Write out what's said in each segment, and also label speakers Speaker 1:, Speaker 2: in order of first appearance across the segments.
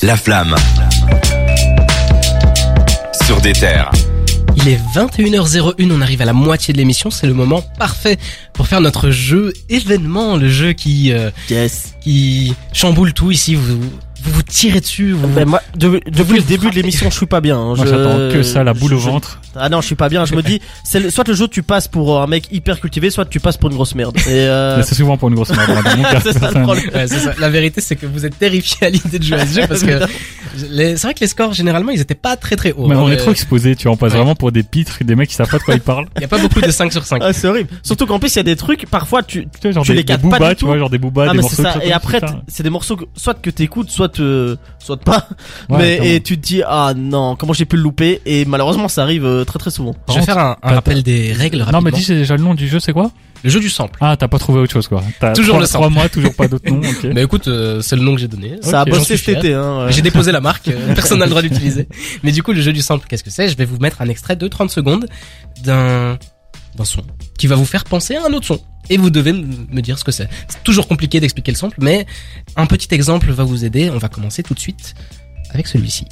Speaker 1: La flamme. Sur des terres.
Speaker 2: Il est 21h01, on arrive à la moitié de l'émission, c'est le moment parfait pour faire notre jeu événement, le jeu qui euh,
Speaker 3: Yes.
Speaker 2: qui chamboule tout ici, vous vous, vous tirez dessus, vous
Speaker 3: Ben, moi, de- depuis
Speaker 2: vous
Speaker 3: le début de
Speaker 2: frappez.
Speaker 3: l'émission, je suis pas bien. hein.
Speaker 4: Moi,
Speaker 3: Je-
Speaker 4: j'attends que ça, la boule
Speaker 3: je-
Speaker 4: au
Speaker 3: je-
Speaker 4: ventre.
Speaker 3: Ah non, je suis pas bien. Je me dis, c'est le- soit le jour tu passes pour euh, un mec hyper cultivé, soit tu passes pour une grosse merde. Et euh,
Speaker 4: Mais C'est souvent pour une grosse merde. dans mon cas.
Speaker 3: c'est ça le problème.
Speaker 2: Ouais, c'est ça. La vérité, c'est que vous êtes terrifié à l'idée de jouer à ce jeu parce que les- c'est vrai que les scores généralement ils étaient pas très très hauts.
Speaker 4: Mais
Speaker 2: hein,
Speaker 4: on est
Speaker 2: le-
Speaker 4: trop exposé, tu vois, on passe
Speaker 2: Ouais.
Speaker 4: vraiment pour des pitres, des mecs qui savent pas de quoi ils parlent.
Speaker 2: Il y a pas beaucoup de 5 sur 5.
Speaker 3: Ah, c'est horrible. Surtout qu'en plus, il y a des trucs, parfois, tu,
Speaker 4: Tu vois, genre
Speaker 3: Tu les
Speaker 4: des, des
Speaker 3: captes pas
Speaker 4: boobas,
Speaker 3: du
Speaker 4: tu
Speaker 3: tout.
Speaker 4: vois, genre des boobas,
Speaker 3: ah,
Speaker 4: des
Speaker 3: mais
Speaker 4: morceaux
Speaker 3: c'est
Speaker 4: de
Speaker 3: ça.
Speaker 4: trucs
Speaker 3: Et
Speaker 4: comme
Speaker 3: après,
Speaker 4: putain.
Speaker 3: t- c'est des morceaux que, soit que t'écoutes, soit euh, soit pas.
Speaker 4: Ouais, quand
Speaker 3: mais,
Speaker 4: même.
Speaker 3: et tu te dis, ah non, comment j'ai pu le louper? Et malheureusement, ça arrive euh, très très souvent.
Speaker 2: Je vais faire un, un
Speaker 4: t'as-
Speaker 2: rappel des règles
Speaker 4: Non,
Speaker 2: rapidement.
Speaker 4: mais dis, c'est déjà le nom du jeu, c'est quoi
Speaker 2: Le jeu du sample.
Speaker 4: Ah, t'as pas trouvé autre chose, quoi. T'as
Speaker 2: Toujours
Speaker 4: trois-
Speaker 2: le
Speaker 4: Trois mois, toujours pas d'autre nom, ok.
Speaker 2: Mais écoute, euh, c'est le nom que j'ai donné.
Speaker 3: Ça a
Speaker 4: Ok,
Speaker 2: j'en suis
Speaker 3: bossé cet
Speaker 2: fier.
Speaker 3: été, hein. ouais.
Speaker 2: J'ai déposé la marque, euh, personne n'a le droit d'utiliser. Mais du coup, le jeu du sample, qu'est-ce que c'est Je vais vous mettre un extrait de 30 secondes d'un d'un son qui va vous faire penser à un autre son. Et vous devez m- me dire ce que c'est. C'est toujours compliqué d'expliquer le sample, mais un petit exemple va vous aider. On va commencer tout de suite avec celui-ci.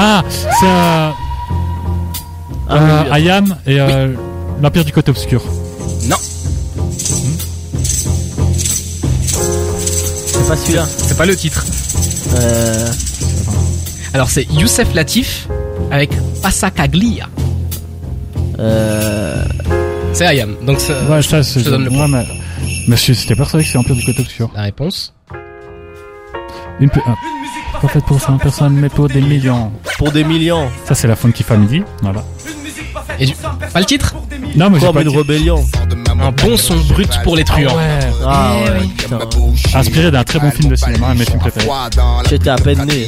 Speaker 4: Ah, c'est euh,
Speaker 3: Ah,
Speaker 4: euh, I Am et euh, l'Empire du Côté Obscur.
Speaker 3: c'est pas celui-là.
Speaker 2: C'est pas le titre.
Speaker 3: Euh,
Speaker 2: Alors c'est Youssef Latif avec Passacaglia.
Speaker 3: euh,
Speaker 2: C'est Ayam. Donc c'est
Speaker 4: Ouais, ça, c'est.
Speaker 2: je te donne le
Speaker 4: ouais, mais... mais je- j'étais persuadé que c'est l'Empire du Côté Obscur.
Speaker 2: la réponse.
Speaker 4: Une pe- ah. Pas faite pour 100 personnes, mais pour des millions.
Speaker 3: pour des millions.
Speaker 4: Ça, c'est la Funky Family. Voilà.
Speaker 2: Et du- pas le titre
Speaker 4: Non, mais j'ai
Speaker 3: Comme
Speaker 4: pas
Speaker 3: une
Speaker 4: dit-
Speaker 3: rébellion.
Speaker 2: Un bon son brut pour les truands.
Speaker 3: Ah
Speaker 2: Eh
Speaker 3: ouais,
Speaker 2: oui.
Speaker 3: putain.
Speaker 4: Inspiré d'un très bon film de cinéma, un de mes films préférés.
Speaker 3: J'étais à peine né.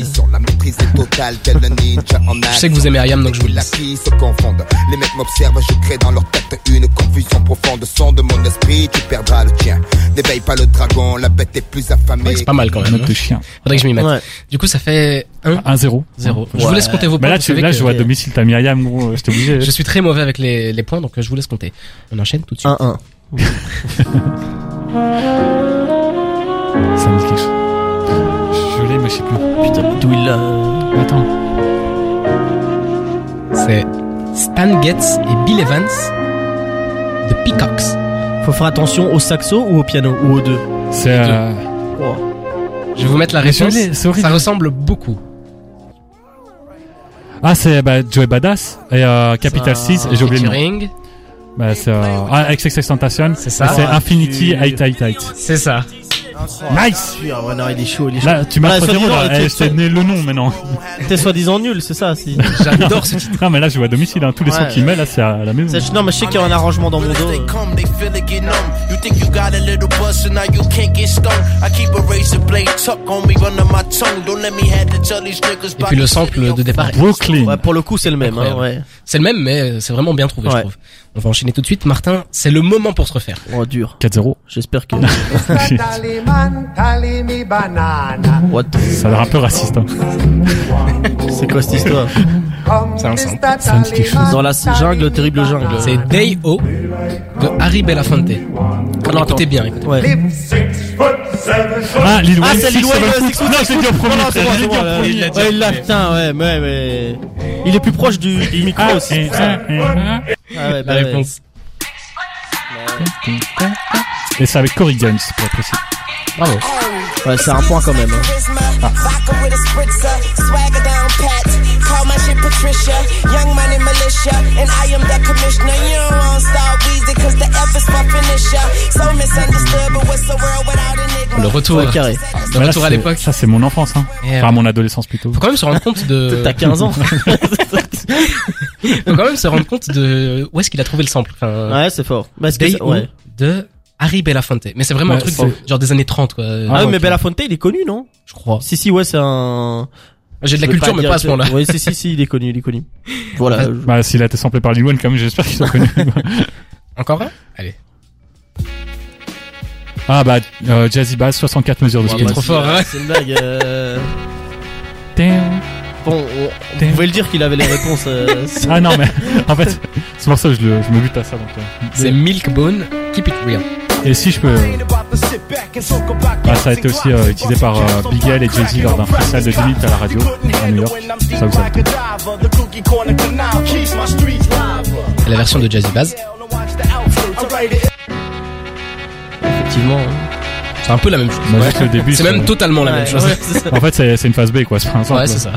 Speaker 2: Je sais que vous aimez Ayam, donc je vous le
Speaker 5: la
Speaker 2: laisse.
Speaker 5: qui se confondent. Les mecs m'observent, je crée dans leur tête une confusion profonde. Son de mon esprit, tu perdras le tien. N'éveille pas le dragon, la bête est plus affamée.
Speaker 2: Ouais, c'est pas mal quand même.
Speaker 4: Note de
Speaker 2: hein.
Speaker 4: chien.
Speaker 2: Faudrait que je m'y mette.
Speaker 3: Ouais.
Speaker 2: Du coup, ça fait 1
Speaker 4: 1-0.
Speaker 2: 0. Je vous laisse compter vos
Speaker 4: Mais
Speaker 2: points.
Speaker 4: Bah là,
Speaker 2: vous
Speaker 4: tu,
Speaker 2: savez
Speaker 4: là
Speaker 2: que-
Speaker 4: je vois à domicile, t'as mis Ayam, gros, euh, j'étais obligé.
Speaker 2: Je suis très mauvais avec les, les points, donc euh, je vous laisse compter. On enchaîne tout de suite.
Speaker 3: 1-1.
Speaker 4: Ça me dit quelque chose. Je l'ai, mais je sais plus.
Speaker 3: Putain, d'où il l'a
Speaker 4: Attends.
Speaker 2: C'est Stan Getz et Bill Evans de Peacocks.
Speaker 3: Faut faire attention au saxo ou au piano ou aux deux.
Speaker 4: C'est. Euh...
Speaker 3: Oh.
Speaker 2: Je vais vous mettre la
Speaker 4: Mais c'est
Speaker 2: réponse.
Speaker 4: horrible, c'est horrible.
Speaker 2: Ça ressemble beaucoup.
Speaker 4: Ah, c'est bah, Joey Badass et euh, Capital
Speaker 3: Ça-
Speaker 4: 6, et j'ai oublié le nom.
Speaker 2: Featuring.
Speaker 4: Bah, c'est. Euh... Ah, XXX Tentation.
Speaker 2: C'est ça.
Speaker 4: Et C'est
Speaker 3: Ah,
Speaker 4: Infinity
Speaker 3: tu-
Speaker 4: Height Height Height.
Speaker 2: C'est ça.
Speaker 4: Nice
Speaker 3: Ah ouais, non, il est chaud, il est chaud.
Speaker 4: Là, tu m'as
Speaker 3: Bah,
Speaker 4: trop
Speaker 3: soi-disant,
Speaker 4: là.
Speaker 3: tu-
Speaker 4: Eh, je t'ai
Speaker 3: tu-
Speaker 4: donné le nom maintenant.
Speaker 3: T'es soi-disant nul, c'est ça si.
Speaker 2: J'adore ce titre.
Speaker 4: Non, mais là, je vois à domicile, hein. tous les
Speaker 3: Ouais.
Speaker 4: sons qu'il met, là, c'est à la maison.
Speaker 3: C'est- Non, mais je sais qu'il y a un arrangement dans mon dos. euh.
Speaker 6: They come, they feel it get numb. You think you got a little bust, and now you can't get stung. I keep a razor blade tucked on me under my tongue. Don't let me have to tell these niggas
Speaker 2: Et puis le sample de départ,
Speaker 3: Ouais,
Speaker 4: Brooklyn.
Speaker 3: pour le coup, c'est le même. Hein, ouais.
Speaker 2: Incroyable. c'est le même, mais euh, c'est vraiment bien trouvé, je
Speaker 3: Ouais.
Speaker 2: trouve. On va enchaîner tout de suite. Martin, c'est le moment pour se refaire.
Speaker 3: Oh, dur.
Speaker 4: 4-0.
Speaker 3: J'espère que. What the
Speaker 4: ça a l'air un peu raciste. Hein.
Speaker 3: C'est quoi cette histoire
Speaker 2: C'est un sample.
Speaker 4: Ça me dit quelque chose.
Speaker 3: Dans la jungle, terrible jungle.
Speaker 2: C'est Day O de Harry Belafonte. Alors écoutez bien, écoutez.
Speaker 3: Ouais.
Speaker 4: Ah, Lil Wayne.
Speaker 3: Ah, c'est Lil
Speaker 4: Six
Speaker 3: Wayne,
Speaker 4: Seven
Speaker 3: euh,
Speaker 4: Foot.
Speaker 3: Six Foot,
Speaker 4: Non,
Speaker 3: Six
Speaker 4: je l'ai dit au
Speaker 3: Foot.
Speaker 4: premier.
Speaker 3: Non, non, c'est bon,
Speaker 4: je l'ai
Speaker 3: c'est
Speaker 4: dit
Speaker 3: bon,
Speaker 4: au premier.
Speaker 3: là. Ouais, il l'a, putain, ouais, mais ouais, mais. Il est plus proche du, du micro
Speaker 4: Ah,
Speaker 3: aussi.
Speaker 4: eh, eh, eh,
Speaker 3: Ah ouais,
Speaker 2: La
Speaker 3: bah ouais.
Speaker 2: réponse.
Speaker 4: eh. Et c'est avec Cory Guns, pour être précis.
Speaker 2: Bravo.
Speaker 3: Ouais, c'est un point quand même. hein.
Speaker 7: Vodka with a spritzer, swagger down pat. Call my shit Patricia, young money militia, and I am the commissioner. You don't want star Weezy, cause the F is my finisher. So misunderstood, but what's the world without a
Speaker 2: Le
Speaker 7: nigga?
Speaker 2: retour.
Speaker 3: Ouais, carré.
Speaker 2: Le
Speaker 4: Mais là,
Speaker 2: retour à
Speaker 4: c'est-
Speaker 2: l'époque.
Speaker 4: Ça, c'est mon enfance, hein.
Speaker 2: Eh,
Speaker 4: Enfin,
Speaker 2: ouais.
Speaker 4: mon adolescence plutôt.
Speaker 2: Faut quand même se rendre compte de.
Speaker 3: T'as 15 ans.
Speaker 2: Faut quand même se rendre compte de où est-ce qu'il a trouvé le sample. Enfin,
Speaker 3: ouais, c'est fort. Parce que
Speaker 2: Day
Speaker 3: c'est- ouais.
Speaker 2: Who de Harry Belafonte. Mais c'est vraiment un
Speaker 4: Ouais,
Speaker 2: truc
Speaker 4: c'est-
Speaker 2: genre des années 30 quoi. euh,
Speaker 3: Ah, ouais, mais
Speaker 4: ok.
Speaker 3: Belafonte, il est connu, non
Speaker 2: je crois.
Speaker 3: Si, si, ouais, c'est un.
Speaker 2: J'ai de la
Speaker 3: Je veux
Speaker 2: culture mais
Speaker 3: dire
Speaker 2: pas à ce
Speaker 3: que-
Speaker 2: moment-là.
Speaker 3: Ouais, si, si, si, il est connu, il est connu. Voilà. je-
Speaker 4: Bah, s'il a été samplé par Lil Wayne, quand même, j'espère qu'il soit connu.
Speaker 2: Encore un Allez.
Speaker 4: ah, bah, euh, Jazzy Bass, 64 mesures de
Speaker 2: Il est
Speaker 4: speed.
Speaker 2: trop fort. hein.
Speaker 3: C'est une blague. euh,
Speaker 4: Damn.
Speaker 3: Bon, on, on pouvait le dire qu'il avait les réponses. euh, c'est-
Speaker 4: Ah non, mais en fait, c'est pour ça que je, le- je me bute à ça. Donc, euh.
Speaker 2: C'est Milkbone, Keep It Real.
Speaker 4: Et si je peux. Ah, ça a été aussi euh, utilisé par euh, Bigel et Jay-Z lors d'un freestyle de 10 minutes à la radio à New York. Ça vous savez.
Speaker 2: La version de Jazzy Bass. Effectivement, c'est un peu la même chose.
Speaker 4: Moi, Bah, juste le début.
Speaker 2: C'est même totalement la même chose.
Speaker 3: ouais, c'est ça.
Speaker 4: En fait, c'est c'est une phase B, quoi. C'est pas un sample.
Speaker 2: Ouais, c'est ça.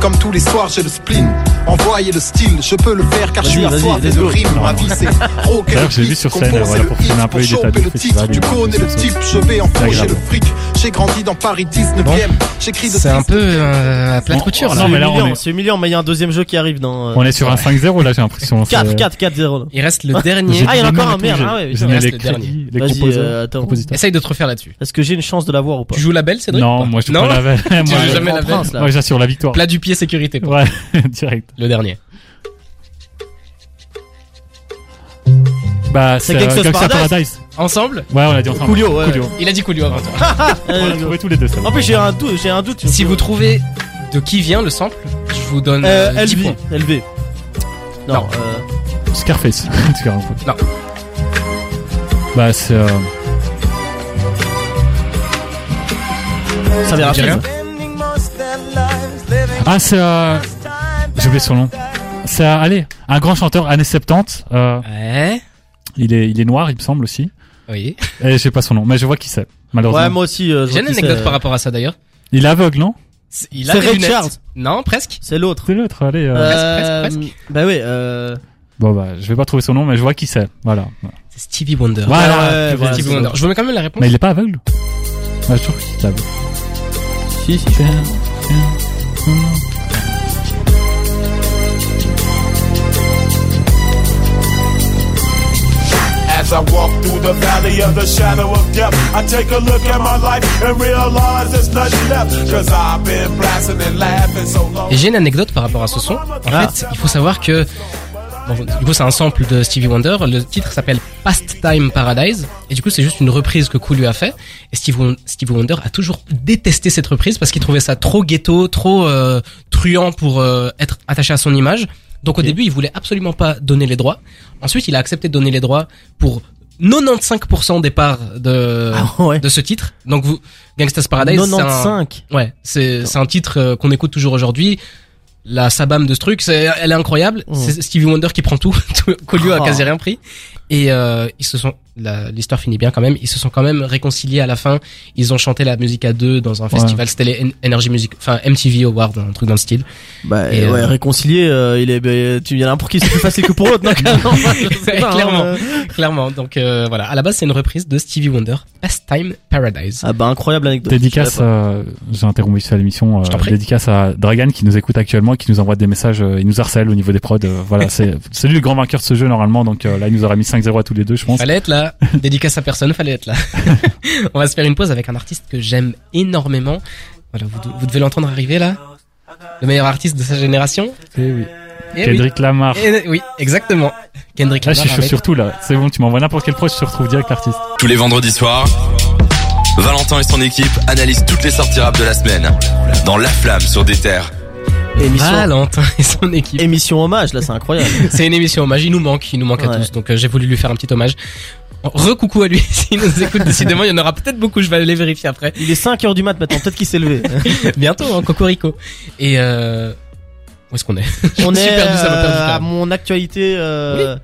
Speaker 1: Comme tous les soirs, j'ai le spleen. Envoyez le style, je peux le faire car je suis
Speaker 3: Vas-y,
Speaker 1: assoiffé
Speaker 3: vas-y, let's
Speaker 1: de
Speaker 3: go.
Speaker 1: rime. Ma vie, c'est rock et
Speaker 4: D'ailleurs,
Speaker 1: le
Speaker 4: je l'ai vu
Speaker 1: beat,
Speaker 4: sur scène,
Speaker 1: composer
Speaker 4: voilà,
Speaker 1: le
Speaker 4: pour filmer un
Speaker 1: hit,
Speaker 4: peu les
Speaker 1: pour
Speaker 4: détails
Speaker 1: choper
Speaker 4: du
Speaker 1: le
Speaker 4: festival,
Speaker 1: titre.
Speaker 4: du
Speaker 1: Tu
Speaker 4: coup,
Speaker 1: connais
Speaker 4: c'est
Speaker 1: le
Speaker 4: ça.
Speaker 1: type, je vais en
Speaker 4: C'est
Speaker 1: fourcher
Speaker 4: agréable.
Speaker 1: le fric. J'ai grandi dans Paris 19ème. J'écris de
Speaker 2: C'est un
Speaker 1: triste-
Speaker 2: peu euh, à plat de couture
Speaker 4: Non,
Speaker 2: là.
Speaker 4: mais là, on
Speaker 3: humiliant,
Speaker 4: est-
Speaker 3: C'est humiliant, mais il y a un deuxième jeu qui arrive dans. euh,
Speaker 4: On est sur un 5-0 là, j'ai l'impression.
Speaker 3: 4,
Speaker 4: c'est-
Speaker 3: 4, 4, 0.
Speaker 2: Il reste le dernier.
Speaker 4: J'ai
Speaker 3: Ah, il y en a
Speaker 4: jamais
Speaker 3: encore un,
Speaker 4: retenu,
Speaker 3: merde,
Speaker 4: j'ai-
Speaker 3: ah ouais, putain,
Speaker 4: j'ai mis
Speaker 2: reste
Speaker 4: les
Speaker 2: le dernier.
Speaker 4: crédits, les
Speaker 3: Vas-y,
Speaker 4: composeurs,
Speaker 3: euh, attends.
Speaker 4: compositeurs.
Speaker 2: Essaye de te refaire là-dessus.
Speaker 3: Est-ce que j'ai une chance de l'avoir ou pas
Speaker 2: Tu joues la belle, Cédric ou
Speaker 4: Non,
Speaker 2: pas
Speaker 4: moi je
Speaker 2: non
Speaker 4: prends la veille.
Speaker 2: Tu
Speaker 4: Moi,
Speaker 2: joues
Speaker 4: je-
Speaker 2: jamais la
Speaker 3: en
Speaker 2: veille.
Speaker 3: prince, là.
Speaker 4: Moi j'assure la victoire.
Speaker 2: Plat du pied sécurité, quoi.
Speaker 4: Ouais, direct.
Speaker 2: le dernier.
Speaker 4: Bah, c'est
Speaker 3: Gangsta's
Speaker 4: euh, Gangsta's
Speaker 3: Paradise.
Speaker 4: Paradise.
Speaker 2: Ensemble,
Speaker 4: Ouais, on l'a dit ensemble. Ah,
Speaker 3: Coolio, ouais.
Speaker 2: il a dit Coolio avant toi.
Speaker 4: On l'a trouvé tous les deux, ça.
Speaker 3: Euh, En plus, j'ai un doute, j'ai un doute.
Speaker 2: Si vous trouvez de qui vient le sample, je vous donne
Speaker 3: Euh,
Speaker 2: euh, 10
Speaker 3: LV.
Speaker 2: points.
Speaker 3: LV. Non,
Speaker 2: Non.
Speaker 3: euh,
Speaker 4: Scarface. Tu gardes un peu.
Speaker 2: Non.
Speaker 4: Bah, c'est. euh,
Speaker 3: ça verra
Speaker 2: J'ai
Speaker 3: après.
Speaker 2: rien.
Speaker 4: Ah, c'est. euh, J'ai oublié son nom. C'est. euh, Allez, un grand chanteur, années 70. euh,
Speaker 2: Ouais.
Speaker 4: Il est, il est noir, il me semble aussi.
Speaker 2: Oui.
Speaker 4: Et je sais pas son nom, mais je vois qui c'est. Malheureusement.
Speaker 3: Ouais, moi aussi. euh, je
Speaker 2: J'ai une
Speaker 3: vois qui
Speaker 2: anecdote
Speaker 3: c'est.
Speaker 2: par rapport à ça d'ailleurs.
Speaker 4: Il est aveugle, non
Speaker 2: C'est- Il a
Speaker 3: C'est
Speaker 2: des
Speaker 3: Ray
Speaker 2: lunettes.
Speaker 3: Charles.
Speaker 2: Non, presque.
Speaker 3: C'est l'autre.
Speaker 4: C'est l'autre, allez. euh,
Speaker 3: Euh,
Speaker 2: presque,
Speaker 3: Bah oui, euh.
Speaker 4: Bon, bah, je vais pas trouver son nom, mais je vois qui c'est. Voilà.
Speaker 2: C'est Stevie Wonder.
Speaker 4: Voilà.
Speaker 3: ouais,
Speaker 4: tu vois,
Speaker 3: voilà,
Speaker 4: c'est
Speaker 2: Stevie
Speaker 4: ça.
Speaker 2: Wonder. Je vous mets quand même la réponse.
Speaker 4: Mais il est pas aveugle Bah, je trouve qu'il est aveugle.
Speaker 3: Si, si.
Speaker 8: As I walk through the valley of the shadow of death, I take a look at my life and realize there's nothing left. Cause I've been blasting and laughing so long.
Speaker 2: Et j'ai une anecdote par rapport à ce son. En
Speaker 3: Ah.
Speaker 2: fait, il faut savoir que bon, du coup, c'est un sample de Stevie Wonder. Le titre s'appelle Pastime Paradise. Et du coup, c'est juste une reprise que Coolio a fait. Et Stevie, Won- Stevie Wonder a toujours détesté cette reprise parce qu'il trouvait ça trop ghetto, trop euh, truand pour euh, être attaché à son image. Donc au début, il voulait absolument pas donner les droits. Ensuite, il a accepté de donner les droits pour 95% des parts de
Speaker 3: Ah ouais.
Speaker 2: de ce titre. Donc vous Gangsta's Paradise, c'est un-
Speaker 3: 95.
Speaker 2: Ouais, c'est c'est un titre euh, qu'on écoute toujours aujourd'hui. La sabam de ce truc, c'est elle est incroyable.
Speaker 3: Mmh.
Speaker 2: C'est Stevie Wonder qui prend tout. Tout- Colio
Speaker 3: Oh.
Speaker 2: a quasi rien pris. Et euh, ils se sont, la- l'histoire finit bien quand même. Ils se sont quand même réconciliés à la fin. Ils ont chanté la musique à deux dans un festival. C'était les En- Energy Music, enfin MTV Award, un truc dans le style.
Speaker 3: Bah
Speaker 2: Et,
Speaker 3: euh, ouais,
Speaker 2: euh,
Speaker 3: réconcilier, euh, il est, bah, tu y en a un pour qui c'est plus facile que pour l'autre, euh, non, clairement. Je sais pas, hein,
Speaker 2: Clairement.
Speaker 3: euh.
Speaker 2: Clairement. Donc euh, voilà, à la base c'est une reprise de Stevie Wonder, Pastime Paradise.
Speaker 3: Ah bah incroyable anecdote. Je
Speaker 4: Dédicace,
Speaker 3: savais
Speaker 4: euh, j'ai interrompu ça l'émission, euh,
Speaker 2: Je t'en prie.
Speaker 4: dédicace à Dragan qui nous écoute actuellement, et qui nous envoie des messages, euh, il nous harcèle au niveau des prods, euh, voilà, c'est, c'est lui le grand vainqueur de ce jeu normalement, donc euh, là il nous aurait mis 5-0 à tous les deux je pense.
Speaker 2: Fallait être là. Dédicace à personne, fallait être là. On va se faire une pause avec un artiste que j'aime énormément. Voilà, vous, de- vous devez l'entendre arriver là. Le meilleur artiste de sa génération.
Speaker 4: Eh oui.
Speaker 2: Eh
Speaker 4: Kendrick Lamar.
Speaker 2: oui. Eh oui, exactement. Kendrick
Speaker 4: Là je
Speaker 2: Lamar.
Speaker 4: suis chaud
Speaker 2: avec-
Speaker 4: sur tout là, c'est bon, tu m'envoies n'importe quel proche, je te retrouve direct l'artiste.
Speaker 9: Tous les vendredis soirs, Valentin et son équipe analysent toutes les sorties rap de la semaine dans La Flamme sur des terres.
Speaker 3: pas. émission,
Speaker 2: Valentin et son équipe.
Speaker 3: émission hommage, là c'est incroyable.
Speaker 2: C'est une émission hommage. Il nous manque, il nous manque à
Speaker 3: Ouais.
Speaker 2: tous. Donc euh, j'ai voulu lui faire un petit hommage. Recoucou à lui s'il nous écoute. Décidément, il y en aura peut-être beaucoup. Je vais aller les vérifier après.
Speaker 3: Il est 5 heures du mat maintenant, peut-être qu'il s'est levé.
Speaker 2: Bientôt, hein, Cocorico. Et euh, où est-ce qu'on est
Speaker 3: On
Speaker 2: Je suis
Speaker 3: est
Speaker 2: perdu, ça m'a perdu
Speaker 3: euh, à
Speaker 2: carrément.
Speaker 3: mon actualité. euh,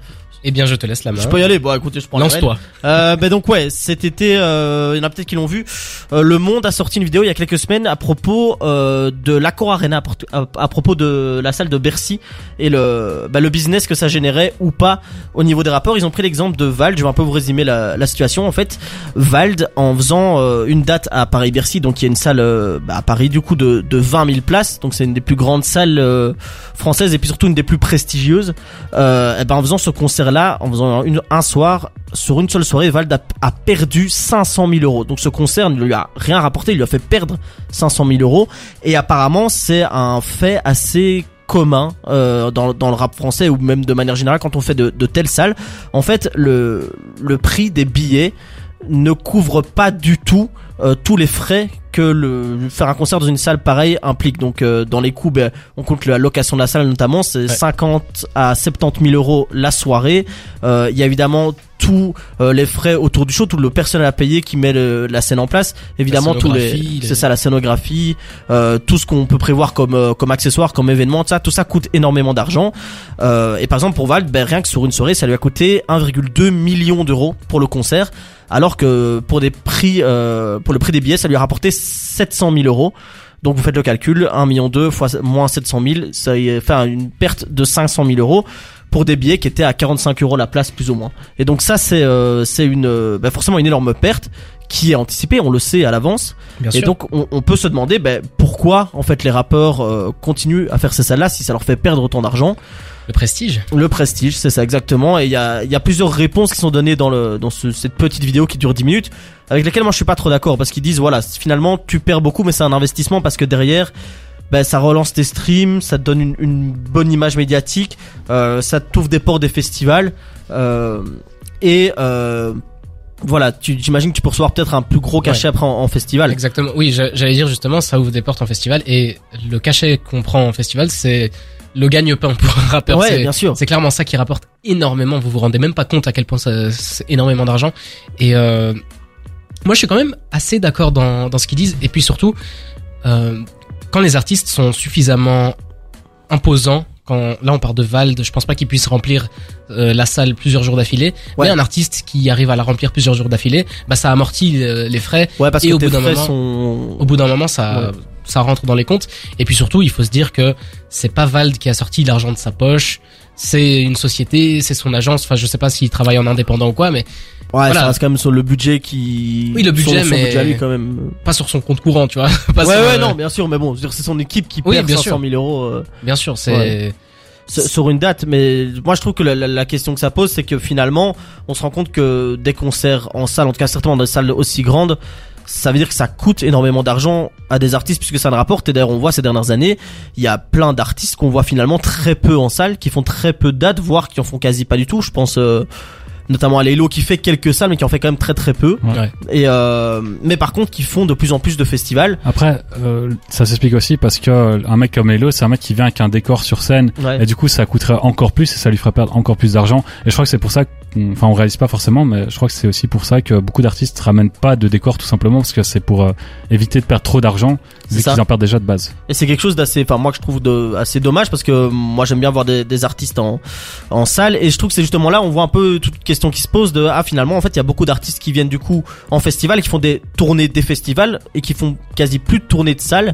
Speaker 2: Eh bien, je te laisse la main.
Speaker 3: Je peux y aller. Bon, écoutez, je prends. la
Speaker 2: Lance-toi.
Speaker 3: rêne. Euh, ben donc ouais, cet été, euh, il y en a peut-être qui l'ont vu. euh, Le Monde a sorti une vidéo il y a quelques semaines à propos euh, de l'Accor Arena, à pro- à, à propos de la salle de Bercy et le bah, le business que ça générait ou pas au niveau des rapports. Ils ont pris l'exemple de Vald. Je vais un peu vous résumer la, la situation en fait. Vald en faisant euh, une date à Paris Bercy, donc il y a une salle euh, bah, à Paris du coup de, de 20 000 places, donc c'est une des plus grandes salles euh, françaises et puis surtout une des plus prestigieuses. Euh, eh ben en faisant ce concert là, en faisant une- un soir sur une seule soirée, Vald a, a perdu 500 000 euros. Donc ce concert ne lui a rien rapporté, il lui a fait perdre 500 000 euros. Et apparemment c'est un fait assez commun euh, dans, dans le rap français ou même de manière générale quand on fait de, de telles salles. En fait le, le prix des billets ne couvre pas du tout euh, tous les frais que le faire un concert dans une salle pareille implique. Donc euh, dans les coûts, ben, on compte la location de la salle notamment, c'est 50 à 70 000 euros la soirée. Euh, Il y a évidemment tous euh, les frais autour du show, tout le personnel à payer qui met le- la scène en place. Évidemment, tous les,
Speaker 2: scénographie, les-
Speaker 3: c'est ça la scénographie, euh, tout ce qu'on peut prévoir comme euh, comme accessoire, comme événement, tout ça, tout ça coûte énormément d'argent. Euh, et par exemple pour Vald, ben, rien que sur une soirée, ça lui a coûté 1,2 million d'euros pour le concert, alors que pour des prix, euh, pour le prix des billets, ça lui a rapporté 700 000 euros. Donc vous faites le calcul, 1 million 2 fois moins 700 000, ça y est, enfin une perte de 500 000 euros pour des billets qui étaient à 45 euros la place plus ou moins. Et donc ça c'est euh, c'est une euh, bah, forcément une énorme perte qui est anticipée, on le sait à l'avance.
Speaker 2: Bien
Speaker 3: Et
Speaker 2: sûr.
Speaker 3: donc on, on peut se demander bah, pourquoi en fait les rappeurs euh, continuent à faire ces salles-là si ça leur fait perdre autant d'argent.
Speaker 2: Le prestige.
Speaker 3: Le prestige, c'est ça exactement. Et il y a, il y a plusieurs réponses qui sont données dans, le, dans ce- cette petite vidéo qui dure 10 minutes, avec lesquelles moi je suis pas trop d'accord, parce qu'ils disent, voilà, finalement tu perds beaucoup, mais c'est un investissement, parce que derrière, ben, ça relance tes streams, ça te donne une, une bonne image médiatique, euh, ça t'ouvre des portes des festivals, euh, et euh, voilà, tu- j'imagine que tu peux recevoir peut-être un plus gros cachet
Speaker 2: Ouais.
Speaker 3: après en, en festival.
Speaker 2: Exactement. Oui, j'a- j'allais dire justement, ça ouvre des portes en festival et le cachet qu'on prend en festival, c'est le gagne-pain pour un rappeur.
Speaker 3: Ouais,
Speaker 2: C'est-
Speaker 3: bien sûr.
Speaker 2: C'est clairement ça qui rapporte énormément. Vous vous rendez même pas compte à quel point ça- c'est énormément d'argent. Et euh, moi, je suis quand même assez d'accord dans, dans ce qu'ils disent. Et puis surtout, euh, quand les artistes sont suffisamment imposants, quand là on part de Vald, je pense pas qu'ils puissent remplir euh, la salle plusieurs jours d'affilée.
Speaker 3: Ouais.
Speaker 2: Mais un artiste qui arrive à la remplir plusieurs jours d'affilée, bah ça amortit euh, les frais
Speaker 3: Ouais, parce
Speaker 2: Et
Speaker 3: que
Speaker 2: au
Speaker 3: tes
Speaker 2: bout d'un
Speaker 3: frais
Speaker 2: moment-
Speaker 3: sont...
Speaker 2: au bout d'un moment ça
Speaker 3: Ouais.
Speaker 2: ça rentre dans les comptes et puis surtout il faut se dire que c'est pas Vald qui a sorti l'argent de sa poche c'est une société c'est son agence enfin je sais pas s'il travaille en indépendant ou quoi mais
Speaker 3: Ouais, ça
Speaker 2: Voilà.
Speaker 3: reste quand même sur le budget qui...
Speaker 2: Oui, le
Speaker 3: sur
Speaker 2: budget,
Speaker 3: son
Speaker 2: mais-
Speaker 3: budget à lui, quand même.
Speaker 2: pas sur son compte courant tu vois pas
Speaker 3: ouais,
Speaker 2: sur,
Speaker 3: ouais,
Speaker 2: euh,
Speaker 3: non, bien sûr, mais bon, je veux dire, c'est son équipe qui
Speaker 2: Oui,
Speaker 3: perd
Speaker 2: bien
Speaker 3: 500 000 euros euh,
Speaker 2: bien sûr c'est
Speaker 3: Ouais. sur- sur une date. Mais moi, je trouve que la, la- la question que ça pose, c'est que finalement, on se rend compte que des concerts en salle, en tout cas certainement dans des salles aussi grandes, ça veut dire que ça coûte énormément d'argent à des artistes puisque ça ne rapporte. Et d'ailleurs, on voit ces dernières années, il y a plein d'artistes qu'on voit finalement très peu en salle, qui font très peu de dates, voire qui en font quasi pas du tout. Je pense euh, notamment à Lélo qui fait quelques salles, mais qui en fait quand même très très peu.
Speaker 2: Ouais.
Speaker 3: Et euh, mais par contre, qui font de plus en plus de festivals.
Speaker 4: Après, euh, ça s'explique aussi parce que euh, un mec comme Elo, c'est un mec qui vient avec un décor sur scène.
Speaker 3: Ouais.
Speaker 4: Et du coup, ça coûterait encore plus et ça lui ferait perdre encore plus d'argent. Et je crois que c'est pour ça, qu'on- enfin, on réalise pas forcément, mais je crois que c'est aussi pour ça que beaucoup d'artistes ramènent pas de décor tout simplement parce que c'est pour euh, éviter de perdre trop d'argent
Speaker 3: C'est
Speaker 4: vu
Speaker 3: ça.
Speaker 4: qu'ils en perdent déjà de base.
Speaker 3: Et c'est quelque chose d'assez, enfin moi que je trouve de, assez dommage parce que moi j'aime bien voir des, des artistes en, en salle et je trouve que c'est justement là on voit un peu toute question qui se pose de ah finalement en fait il y a beaucoup d'artistes qui viennent du coup en festival et qui font des tournées des festivals et qui font quasi plus de tournées de salles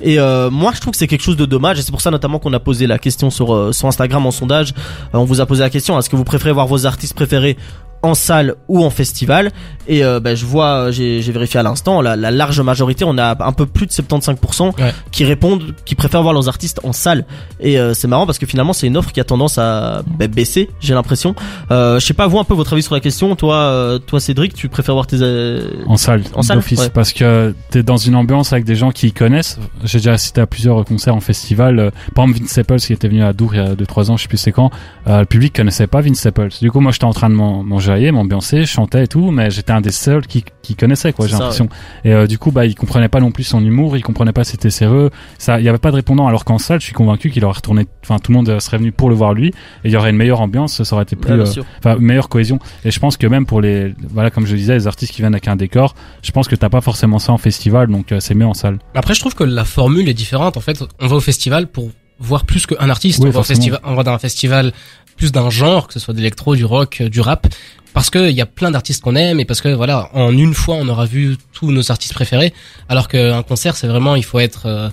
Speaker 3: et euh, moi je trouve que c'est quelque chose de dommage et c'est pour ça notamment qu'on a posé la question sur euh, sur Instagram en sondage Euh, on vous a posé la question est-ce que vous préférez voir vos artistes préférés en salle ou en festival et euh, ben, je vois euh, j'ai j'ai vérifié à l'instant la, la large majorité on a un peu plus de 75%
Speaker 2: Ouais.
Speaker 3: qui répondent qui préfèrent voir leurs artistes en salle et euh, c'est marrant parce que finalement c'est une offre qui a tendance à ben, baisser j'ai l'impression euh, je sais pas vous un peu votre avis sur la question toi euh, toi Cédric tu préfères voir tes euh,
Speaker 4: En salle,
Speaker 3: En salle,
Speaker 4: d'office,
Speaker 3: ouais.
Speaker 4: parce que t'es dans une ambiance avec des gens qui connaissent. J'ai déjà assisté à plusieurs concerts en festival. Euh, Par exemple, Vince Staples qui était venu à Dour il y a 2-3 ans, je sais plus c'est quand. Euh, le public connaissait pas Vince Staples. Du coup, moi, j'étais en train de m'en- m'enjailler, m'ambiancer, je chantais et tout, mais j'étais un des seuls qui, qui connaissait, quoi,
Speaker 3: C'est
Speaker 4: j'ai
Speaker 3: ça,
Speaker 4: l'impression. Et euh, du coup, bah, il comprenait pas non plus son humour, il comprenait pas si c'était sérieux. E. Ça, il y avait pas de répondant, alors qu'en salle, je suis convaincu qu'il aurait retourné, enfin, tout le monde euh, serait venu pour le voir lui, et il y aurait une meilleure ambiance, ça aurait été plus,
Speaker 3: ouais, bien
Speaker 4: euh,
Speaker 3: sûr.
Speaker 4: enfin meilleure cohésion et je pense que même pour les voilà comme je le disais les artistes qui viennent avec un décor je pense que t'as pas forcément ça en festival donc euh, c'est mieux en salle
Speaker 2: après je trouve que la formule est différente en fait on va au festival pour voir plus qu'un artiste
Speaker 4: Oui,
Speaker 2: on va au
Speaker 4: forcément.
Speaker 2: festival on va dans un festival plus d'un genre que ce soit de l'électro du rock euh, du rap parce que il y a plein d'artistes qu'on aime et parce que voilà en une fois on aura vu tous nos artistes préférés alors qu'un concert c'est vraiment il faut être euh,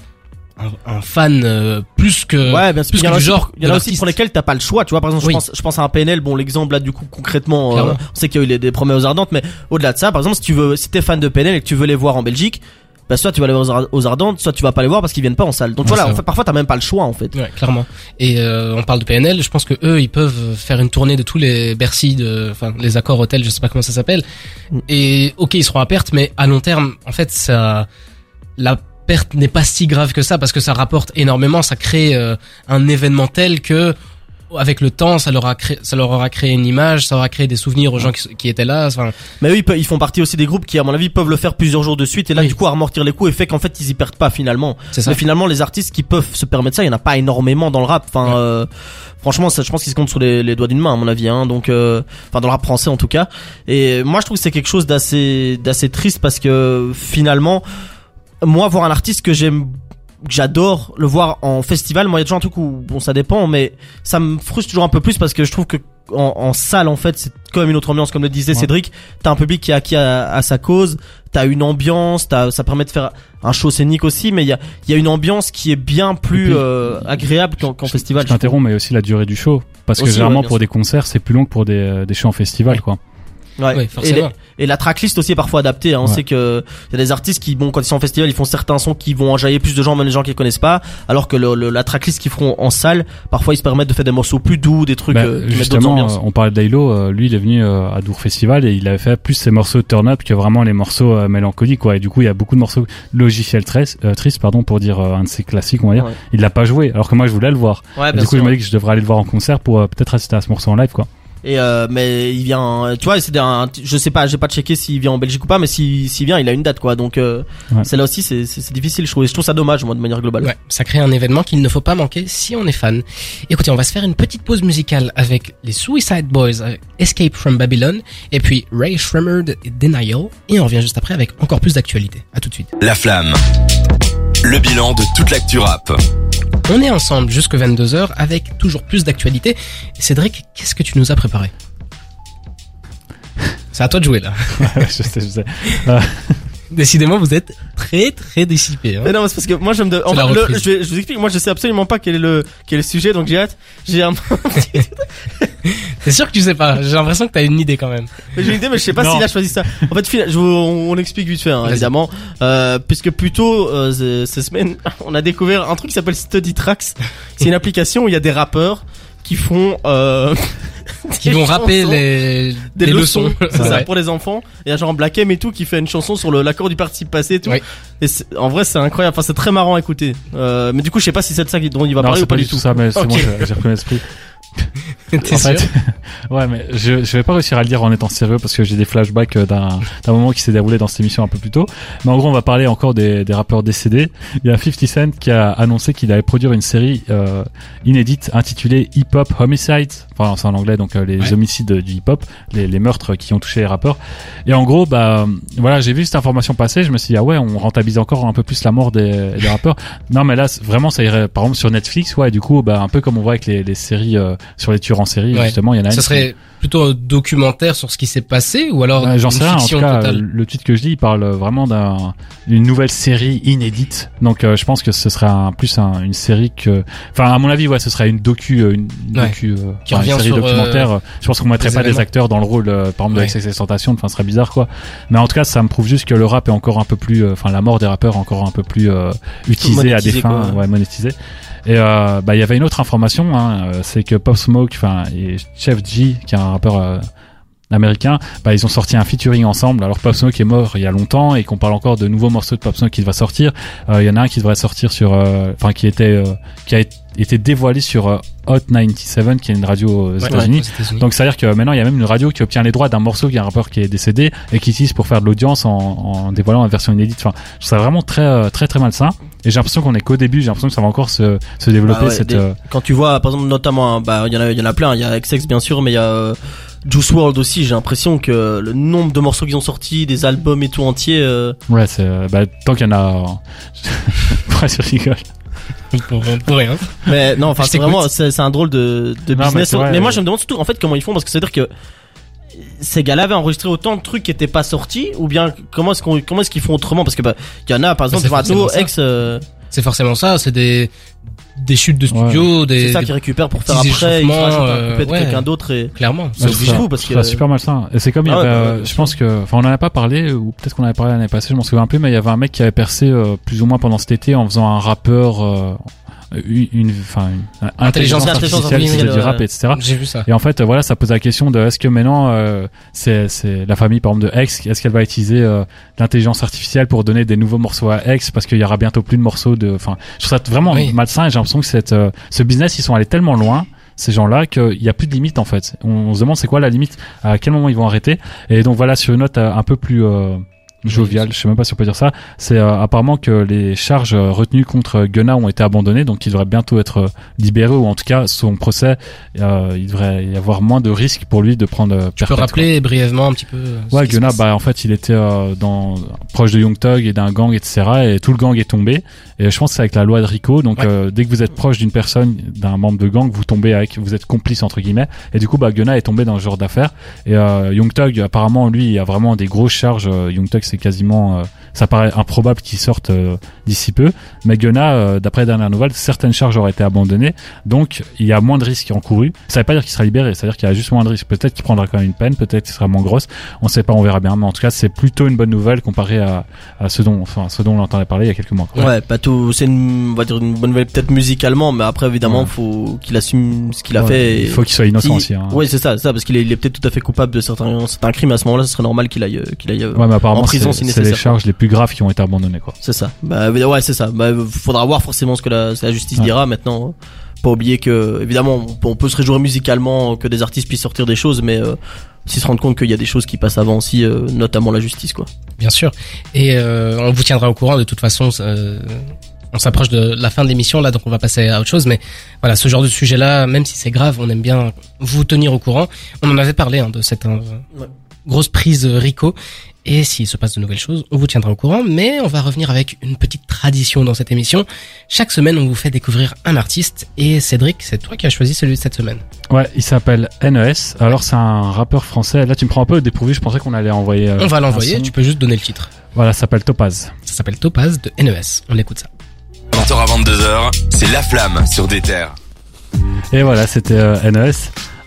Speaker 2: un, un fan euh, plus que
Speaker 3: ouais, bien sûr.
Speaker 2: plus
Speaker 3: Il y en
Speaker 2: que du
Speaker 3: a aussi-
Speaker 2: genre
Speaker 3: Il y en
Speaker 2: de
Speaker 3: a aussi
Speaker 2: l'artiste.
Speaker 3: pour lesquels t'as pas le choix. Tu vois, par exemple,
Speaker 2: Oui.
Speaker 3: je, pense, je pense à un PNL. Bon, l'exemple là, du coup, concrètement, euh,
Speaker 2: Clairement.
Speaker 3: on sait qu'il y a eu les- des promesses aux ardentes, mais au-delà de ça, par exemple, si tu veux, si t'es fan de PNL et que tu veux les voir en Belgique, bah soit tu vas les voir aux Ar- aux ardentes, soit tu vas pas les voir parce qu'ils viennent pas en salle. Donc
Speaker 2: Ouais,
Speaker 3: voilà,
Speaker 2: c'est
Speaker 3: en fait, parfois t'as même pas le choix en fait.
Speaker 2: Ouais, clairement. Et euh, on parle de PNL. Je pense que eux, ils peuvent faire une tournée de tous les Bercy, de, enfin les accords hôtels, je sais pas comment ça s'appelle.
Speaker 3: Mm.
Speaker 2: Et ok, ils seront à perte, mais à long terme, en fait, ça, la perte n'est pas si grave que ça parce que ça rapporte énormément. Ça crée euh, un événement tel que avec le temps, ça leur, a créé, ça leur aura créé une image, ça aura créé des souvenirs aux gens qui, qui étaient là. Enfin,
Speaker 3: Mais eux, ils, pe- ils font partie aussi des groupes qui, à mon avis, peuvent le faire plusieurs jours de suite. Et là,
Speaker 2: Oui.
Speaker 3: du coup, amortir les coups et fait qu'en fait, ils y perdent pas finalement.
Speaker 2: C'est ça.
Speaker 3: Mais finalement, les artistes qui peuvent se permettre ça, il y en a pas énormément dans le rap. Enfin, euh, franchement, ça, je pense qu'ils se comptent sur les, les doigts d'une main, à mon avis. Hein. Donc, euh, enfin, dans le rap français en tout cas. Et moi, je trouve que c'est quelque chose d'assez, d'assez triste parce que finalement, moi, voir un artiste que j'aime que j'adore le voir en festival. Moi, il y a toujours un truc où, bon, ça dépend, mais ça me frustre toujours un peu plus parce que je trouve que en, en salle, en fait, c'est quand même une autre ambiance, comme le disait
Speaker 4: Ouais.
Speaker 3: Cédric. T'as un public qui est acquis à, à sa cause, t'as une ambiance, t'as, ça permet de faire un show scénique aussi, mais il y a, il y a une ambiance qui est bien plus
Speaker 4: Et puis,
Speaker 3: euh, agréable qu'en, qu'en
Speaker 4: Je-
Speaker 3: festival.
Speaker 4: Je t'interromps, mais aussi la durée du show. Parce que
Speaker 3: Aussi,
Speaker 4: généralement,
Speaker 3: ouais, bien
Speaker 4: pour
Speaker 3: sûr.
Speaker 4: des concerts, c'est plus long que pour des, euh, des shows en festival, quoi.
Speaker 3: Ouais.
Speaker 2: Oui,
Speaker 3: et,
Speaker 2: forcément.
Speaker 3: les- et la tracklist aussi est parfois adaptée. hein. On
Speaker 4: Ouais.
Speaker 3: sait que il y a des artistes qui, bon, quand ils sont en festival, ils font certains sons qui vont enjailler plus de gens, même les gens qui les connaissent pas. Alors que le, le- la tracklist qu'ils feront en salle, parfois ils se permettent de faire des morceaux plus doux, des trucs
Speaker 4: Bah,
Speaker 3: euh, qui mettent d'autres
Speaker 4: justement,
Speaker 3: ambiances.
Speaker 4: euh, on parlait de Daylo, euh, lui il est venu euh, à Dour Festival et il avait fait plus ses morceaux de turn up que vraiment les morceaux euh, mélancoliques quoi. Et du coup, il y a beaucoup de morceaux logiciels tristes, triste pardon pour dire euh, un de ses classiques, on va dire.
Speaker 3: Ouais.
Speaker 4: Il l'a pas joué alors que moi je voulais le voir.
Speaker 3: Ouais,
Speaker 4: Et
Speaker 3: bien
Speaker 4: euh, du coup,
Speaker 3: sûr.
Speaker 4: je me dis que je devrais aller le voir en concert pour euh, peut-être assister à ce morceau en live quoi.
Speaker 3: Et euh, mais il vient, tu vois, c'est un, je sais pas, j'ai pas checké s'il vient en Belgique ou pas, mais s'il s'il vient, il a une date quoi. Donc euh,
Speaker 4: Ouais.
Speaker 3: celle-là aussi, c'est c'est- c'est difficile. Je trouve, Et je trouve ça dommage moi de manière globale.
Speaker 2: Ouais, ça crée un événement qu'il ne faut pas manquer si on est fan. Écoutez, on va se faire une petite pause musicale avec les Suicide Boys, avec Escape from Babylon, et puis Ray Shremmer de Denial, et on revient juste après avec encore plus d'actualité. À tout de suite.
Speaker 9: La flamme. Le bilan de toute l'actu rap.
Speaker 2: On est ensemble jusque 22h avec toujours plus d'actualité. Cédric, qu'est-ce que tu nous as préparé C'est à toi de jouer là.
Speaker 4: je sais, je sais.
Speaker 2: Décidément, vous êtes très très dissipé. hein.
Speaker 3: Mais non, mais c'est parce que moi je me. de-
Speaker 2: C'est la
Speaker 3: le-
Speaker 2: reprise.
Speaker 3: je, vais- je vous explique. Moi, je sais absolument pas quel est le quel est le sujet, donc j'ai hâte. J'ai un
Speaker 2: C'est sûr que tu sais pas. J'ai l'impression que t'as une idée quand même.
Speaker 3: Mais j'ai une idée, mais je sais pas
Speaker 4: Non.
Speaker 3: s'il a choisi ça. En fait, fina- je vous- on, on explique vite fait, hein,
Speaker 2: Vas-y.
Speaker 3: évidemment. Euh, puisque plus tôt, euh, ce- ces semaines, on a découvert un truc qui s'appelle Study Tracks. C'est une application où il y a des rappeurs qui font... Euh,
Speaker 2: Qui
Speaker 3: des
Speaker 2: vont rapper
Speaker 3: chansons,
Speaker 2: les,
Speaker 3: Des
Speaker 2: les
Speaker 3: leçons, c'est ça,
Speaker 2: Ouais.
Speaker 3: pour les enfants. Il y a genre Black M et tout qui fait une chanson sur le- l'accord du participe passé et tout.
Speaker 2: Ouais.
Speaker 3: Et c'est- en vrai, c'est incroyable. Enfin, c'est très marrant à écouter. Euh, mais du coup, je sais pas si c'est de ça dont il va
Speaker 4: Non,
Speaker 3: parler
Speaker 4: c'est
Speaker 3: ou pas du tout.
Speaker 4: ça, mais c'est
Speaker 3: Ok.
Speaker 4: bon, j'ai- j'ai repris l'esprit.
Speaker 2: T'es
Speaker 4: En
Speaker 2: sûr
Speaker 4: fait, ouais, mais je, je vais pas réussir à le dire en étant sérieux parce que j'ai des flashbacks euh, d'un d'un moment qui s'est déroulé dans cette émission un peu plus tôt. Mais en gros, on va parler encore des, des rappeurs décédés. Il y a 50 Cent qui a annoncé qu'il allait produire une série euh, inédite intitulée Hip Hop Homicides. Enfin, c'est en anglais, donc euh, les
Speaker 2: Ouais.
Speaker 4: homicides euh, du hip hop, les, les meurtres qui ont touché les rappeurs. Et en gros, bah voilà, j'ai vu cette information passer. Je me suis dit ah ouais, on rentabilise encore un peu plus la mort des, des rappeurs. Non, mais là, c'est- vraiment, ça irait, par exemple, sur Netflix, ouais, du coup, bah, un peu comme on voit avec les, les séries, euh, sur les tueurs en série,
Speaker 2: Ouais.
Speaker 4: justement, il y en a une
Speaker 2: Ce
Speaker 4: qui-
Speaker 2: serait plutôt un documentaire sur ce qui s'est passé ou alors
Speaker 4: Ouais, J'en
Speaker 2: une
Speaker 4: sais rien, en tout
Speaker 2: fiction
Speaker 4: cas, euh,
Speaker 2: totale.
Speaker 4: le titre que je dis, il parle vraiment d'un- d'une nouvelle série inédite. Donc, euh, je pense que ce serait un, plus un- une série que, enfin, à mon avis, ouais, ce serait une docu, euh, une, une
Speaker 2: Ouais.
Speaker 4: docu, euh,
Speaker 2: Qui
Speaker 4: enfin, une
Speaker 2: revient
Speaker 4: série
Speaker 2: sur,
Speaker 4: documentaire. euh, je pense qu'on mettrait
Speaker 2: des
Speaker 4: pas des
Speaker 2: événements.
Speaker 4: acteurs dans le rôle, euh, par exemple,
Speaker 2: Ouais.
Speaker 4: avec ses tentations, enfin, ce serait bizarre, quoi. Mais en tout cas, ça me prouve juste que le rap est encore un peu plus, euh, enfin, la mort des rappeurs est encore un peu plus, euh, utilisée à des
Speaker 3: Monétisée,
Speaker 4: fins,
Speaker 3: quoi.
Speaker 4: ouais, monétisée. Et euh, bah il y avait une autre information, hein, euh, c'est que Pop Smoke, enfin et Chef G, qui est un rappeur euh, américain, bah ils ont sorti un featuring ensemble. Alors Pop Smoke est mort il y a longtemps et qu'on parle encore de nouveaux morceaux de Pop Smoke qui devraient sortir. Euh, Il y en a un qui devrait sortir sur, euh, enfin qui était, euh, qui a et- été dévoilé sur euh, Hot 97, qui est une radio euh, aux
Speaker 2: Ouais,
Speaker 4: États-Unis.
Speaker 2: aux États-Unis.
Speaker 4: Donc c'est à dire que maintenant il y a même une radio qui obtient les droits d'un morceau qui est un rappeur qui est décédé et qui utilise pour faire de l'audience en, en dévoilant une version inédite. Enfin, je trouve ça vraiment très euh, très très malsain. Et j'ai l'impression qu'on est qu'au début. J'ai l'impression que ça va encore se, se développer
Speaker 3: Ah ouais,
Speaker 4: cette.
Speaker 3: des-
Speaker 4: euh,
Speaker 3: Quand tu vois, par exemple, notamment, hein, bah, il y en a, il y en a plein. Il y a XX bien sûr, mais il y a euh, Juice World aussi. J'ai l'impression que le nombre de morceaux qu'ils ont sortis, des albums et tout entier. euh,
Speaker 4: Ouais, c'est euh, bah, tant qu'il y en a. euh, Ouais, je rigole.
Speaker 2: pour, pour rien.
Speaker 3: Mais non, enfin,
Speaker 2: Je
Speaker 3: c'est
Speaker 2: t'écoute.
Speaker 3: vraiment, c'est c'est un drôle de, de
Speaker 4: Non, mais
Speaker 3: business.
Speaker 4: c'est vrai,
Speaker 3: mais moi,
Speaker 4: euh,
Speaker 3: je me demande surtout, en fait, comment ils font, parce que ça veut dire que ces gars-là avaient enregistré autant de trucs qui étaient pas sortis, ou bien comment est-ce qu'on, comment est-ce qu'ils font autrement, parce que bah, il y en a, par exemple,
Speaker 2: c'est
Speaker 3: enfin, un nouveau
Speaker 2: forcément ça.
Speaker 3: ex, euh,
Speaker 2: C'est forcément ça. C'est des des chutes de studio, des,
Speaker 3: c'est ça
Speaker 2: des-
Speaker 3: qu'ils récupèrent pour faire
Speaker 2: petits
Speaker 3: après, ils
Speaker 2: échauffements,
Speaker 3: rajoutent un
Speaker 2: euh,
Speaker 3: couplet de
Speaker 2: ouais.
Speaker 3: quelqu'un d'autre et.
Speaker 2: clairement.
Speaker 4: Ouais,
Speaker 2: c'est
Speaker 4: je
Speaker 3: oblige
Speaker 4: trouve
Speaker 2: obligé.
Speaker 4: ça-
Speaker 3: vous, parce
Speaker 4: je trouve ça
Speaker 3: que-
Speaker 4: super malsain. Et c'est comme il y
Speaker 3: Ah
Speaker 4: avait,
Speaker 3: ouais, bah,
Speaker 4: euh,
Speaker 3: bien
Speaker 4: je pense que, enfin, on en a pas parlé ou peut-être qu'on en avait parlé l'année passée, je m'en souviens plus, mais il y avait un mec qui avait percé euh, plus ou moins pendant cet été en faisant un rappeur, euh, une, une- enfin, une,
Speaker 2: Intelligence
Speaker 4: artificielle, qui faisait
Speaker 2: artificielle,
Speaker 4: du rap,
Speaker 3: ouais.
Speaker 4: etc.
Speaker 2: J'ai vu ça.
Speaker 4: Et en fait, euh, voilà, ça pose la question de est-ce que maintenant, euh, c'est, c'est la famille, par exemple, de X, est-ce qu'elle va utiliser euh, l'intelligence artificielle pour donner des nouveaux morceaux à X parce qu'il y aura bientôt plus de morceaux de, enfin, je trouve ça vraiment
Speaker 2: Oui.
Speaker 4: malsain et j'ai l'impression que cette, euh, ce business, ils sont allés tellement loin ces gens-là qu'il n'y a plus de limite en fait. On, on se demande c'est quoi la limite, à quel moment ils vont arrêter. Et donc voilà, sur une note euh, un peu plus euh, joviale, je sais même pas si on peut dire ça, c'est euh, apparemment que les charges euh, retenues contre Gunna ont été abandonnées, donc il devrait bientôt être euh, libéré ou en tout cas son procès, euh, il devrait y avoir moins de risques pour lui de prendre. Euh,
Speaker 2: Tu peux rappeler brièvement un petit peu. euh, ce
Speaker 4: Ouais,
Speaker 2: qui se
Speaker 4: Gunna,
Speaker 2: passe
Speaker 4: bah en fait, il était euh, dans proche de Young Thug et d'un gang, etc. Et tout le gang est tombé. Et je pense que c'est avec la loi de Rico. Donc
Speaker 2: Ouais.
Speaker 4: euh, dès que vous êtes proche d'une personne, d'un membre de gang, vous tombez avec, vous êtes complice entre guillemets. Et du coup, bah Gunna est tombé dans ce genre d'affaires. Et euh, Young Thug, apparemment, lui, il a vraiment des grosses charges. Euh, Young Thug, c'est quasiment, euh, ça paraît improbable qu'il sorte euh, d'ici peu. Mais Gunna, euh, d'après dernière nouvelle, certaines charges auraient été abandonnées. Donc, il y a moins de risques encourus. Ça veut pas dire qu'il sera libéré, c'est-à-dire qu'il y a juste moins de risques. Peut-être qu'il prendra quand même une peine, peut-être qu'il sera moins grosse. On sait pas, on verra bien. Mais en tout cas, c'est plutôt une bonne nouvelle comparée à, à ce dont, enfin, à ce dont on entendait parler il y a quelques mois. quoi.
Speaker 3: Ouais, pas tout. C'est une, on va dire une bonne nouvelle peut-être musicalement, mais après évidemment
Speaker 4: Ouais.
Speaker 3: faut qu'il assume ce qu'il a
Speaker 4: Ouais.
Speaker 3: fait. et-
Speaker 4: Il faut qu'il soit innocent aussi. Hein.
Speaker 3: Ouais, c'est ça, c'est ça, parce qu'il est, il est peut-être tout à fait coupable de certains, certains crimes. À ce moment-là, ce serait normal qu'il aille, euh, qu'il aille. euh,
Speaker 4: Ouais, mais apparemment,
Speaker 3: En prison,
Speaker 4: c'est
Speaker 3: c'est
Speaker 4: c'est les
Speaker 3: nécessaire.
Speaker 4: charges les plus graves qui ont été abandonnées, quoi.
Speaker 3: C'est ça. Bah évi- ouais, c'est ça. Bah faudra voir forcément ce que la, ce que la justice
Speaker 4: Ouais.
Speaker 3: dira maintenant. hein. Pas oublier que évidemment on peut, on peut se réjouir musicalement que des artistes puissent sortir des choses, mais euh, s'ils se rendent compte qu'il y a des choses qui passent avant aussi, euh, notamment la justice quoi.
Speaker 2: Bien sûr. Et euh, on vous tiendra au courant de toute façon. euh, on s'approche de la fin de l'émission là, donc on va passer à autre chose. Mais voilà, ce genre de sujet-là, même si c'est grave, on aime bien vous tenir au courant. On en avait parlé hein, de cette euh,
Speaker 3: Ouais.
Speaker 2: grosse prise euh, Rico. Et s'il se passe de nouvelles choses, on vous tiendra au courant. Mais on va revenir avec une petite tradition dans cette émission. Chaque semaine, on vous fait découvrir un artiste. Et Cédric, c'est toi qui as choisi celui de cette semaine.
Speaker 4: Ouais, il s'appelle NES. Alors, c'est un rappeur français. Là, tu me prends un peu au dépourvu. Je pensais qu'on allait envoyer. euh,
Speaker 2: on va
Speaker 4: un
Speaker 2: l'envoyer.
Speaker 4: son.
Speaker 2: Tu peux juste donner le titre.
Speaker 4: Voilà, ça s'appelle Topaz.
Speaker 2: Ça s'appelle Topaz de NES. On écoute ça.
Speaker 9: 20h à 22h, c'est La Flamme sur des terres.
Speaker 4: Et voilà, c'était euh, NES.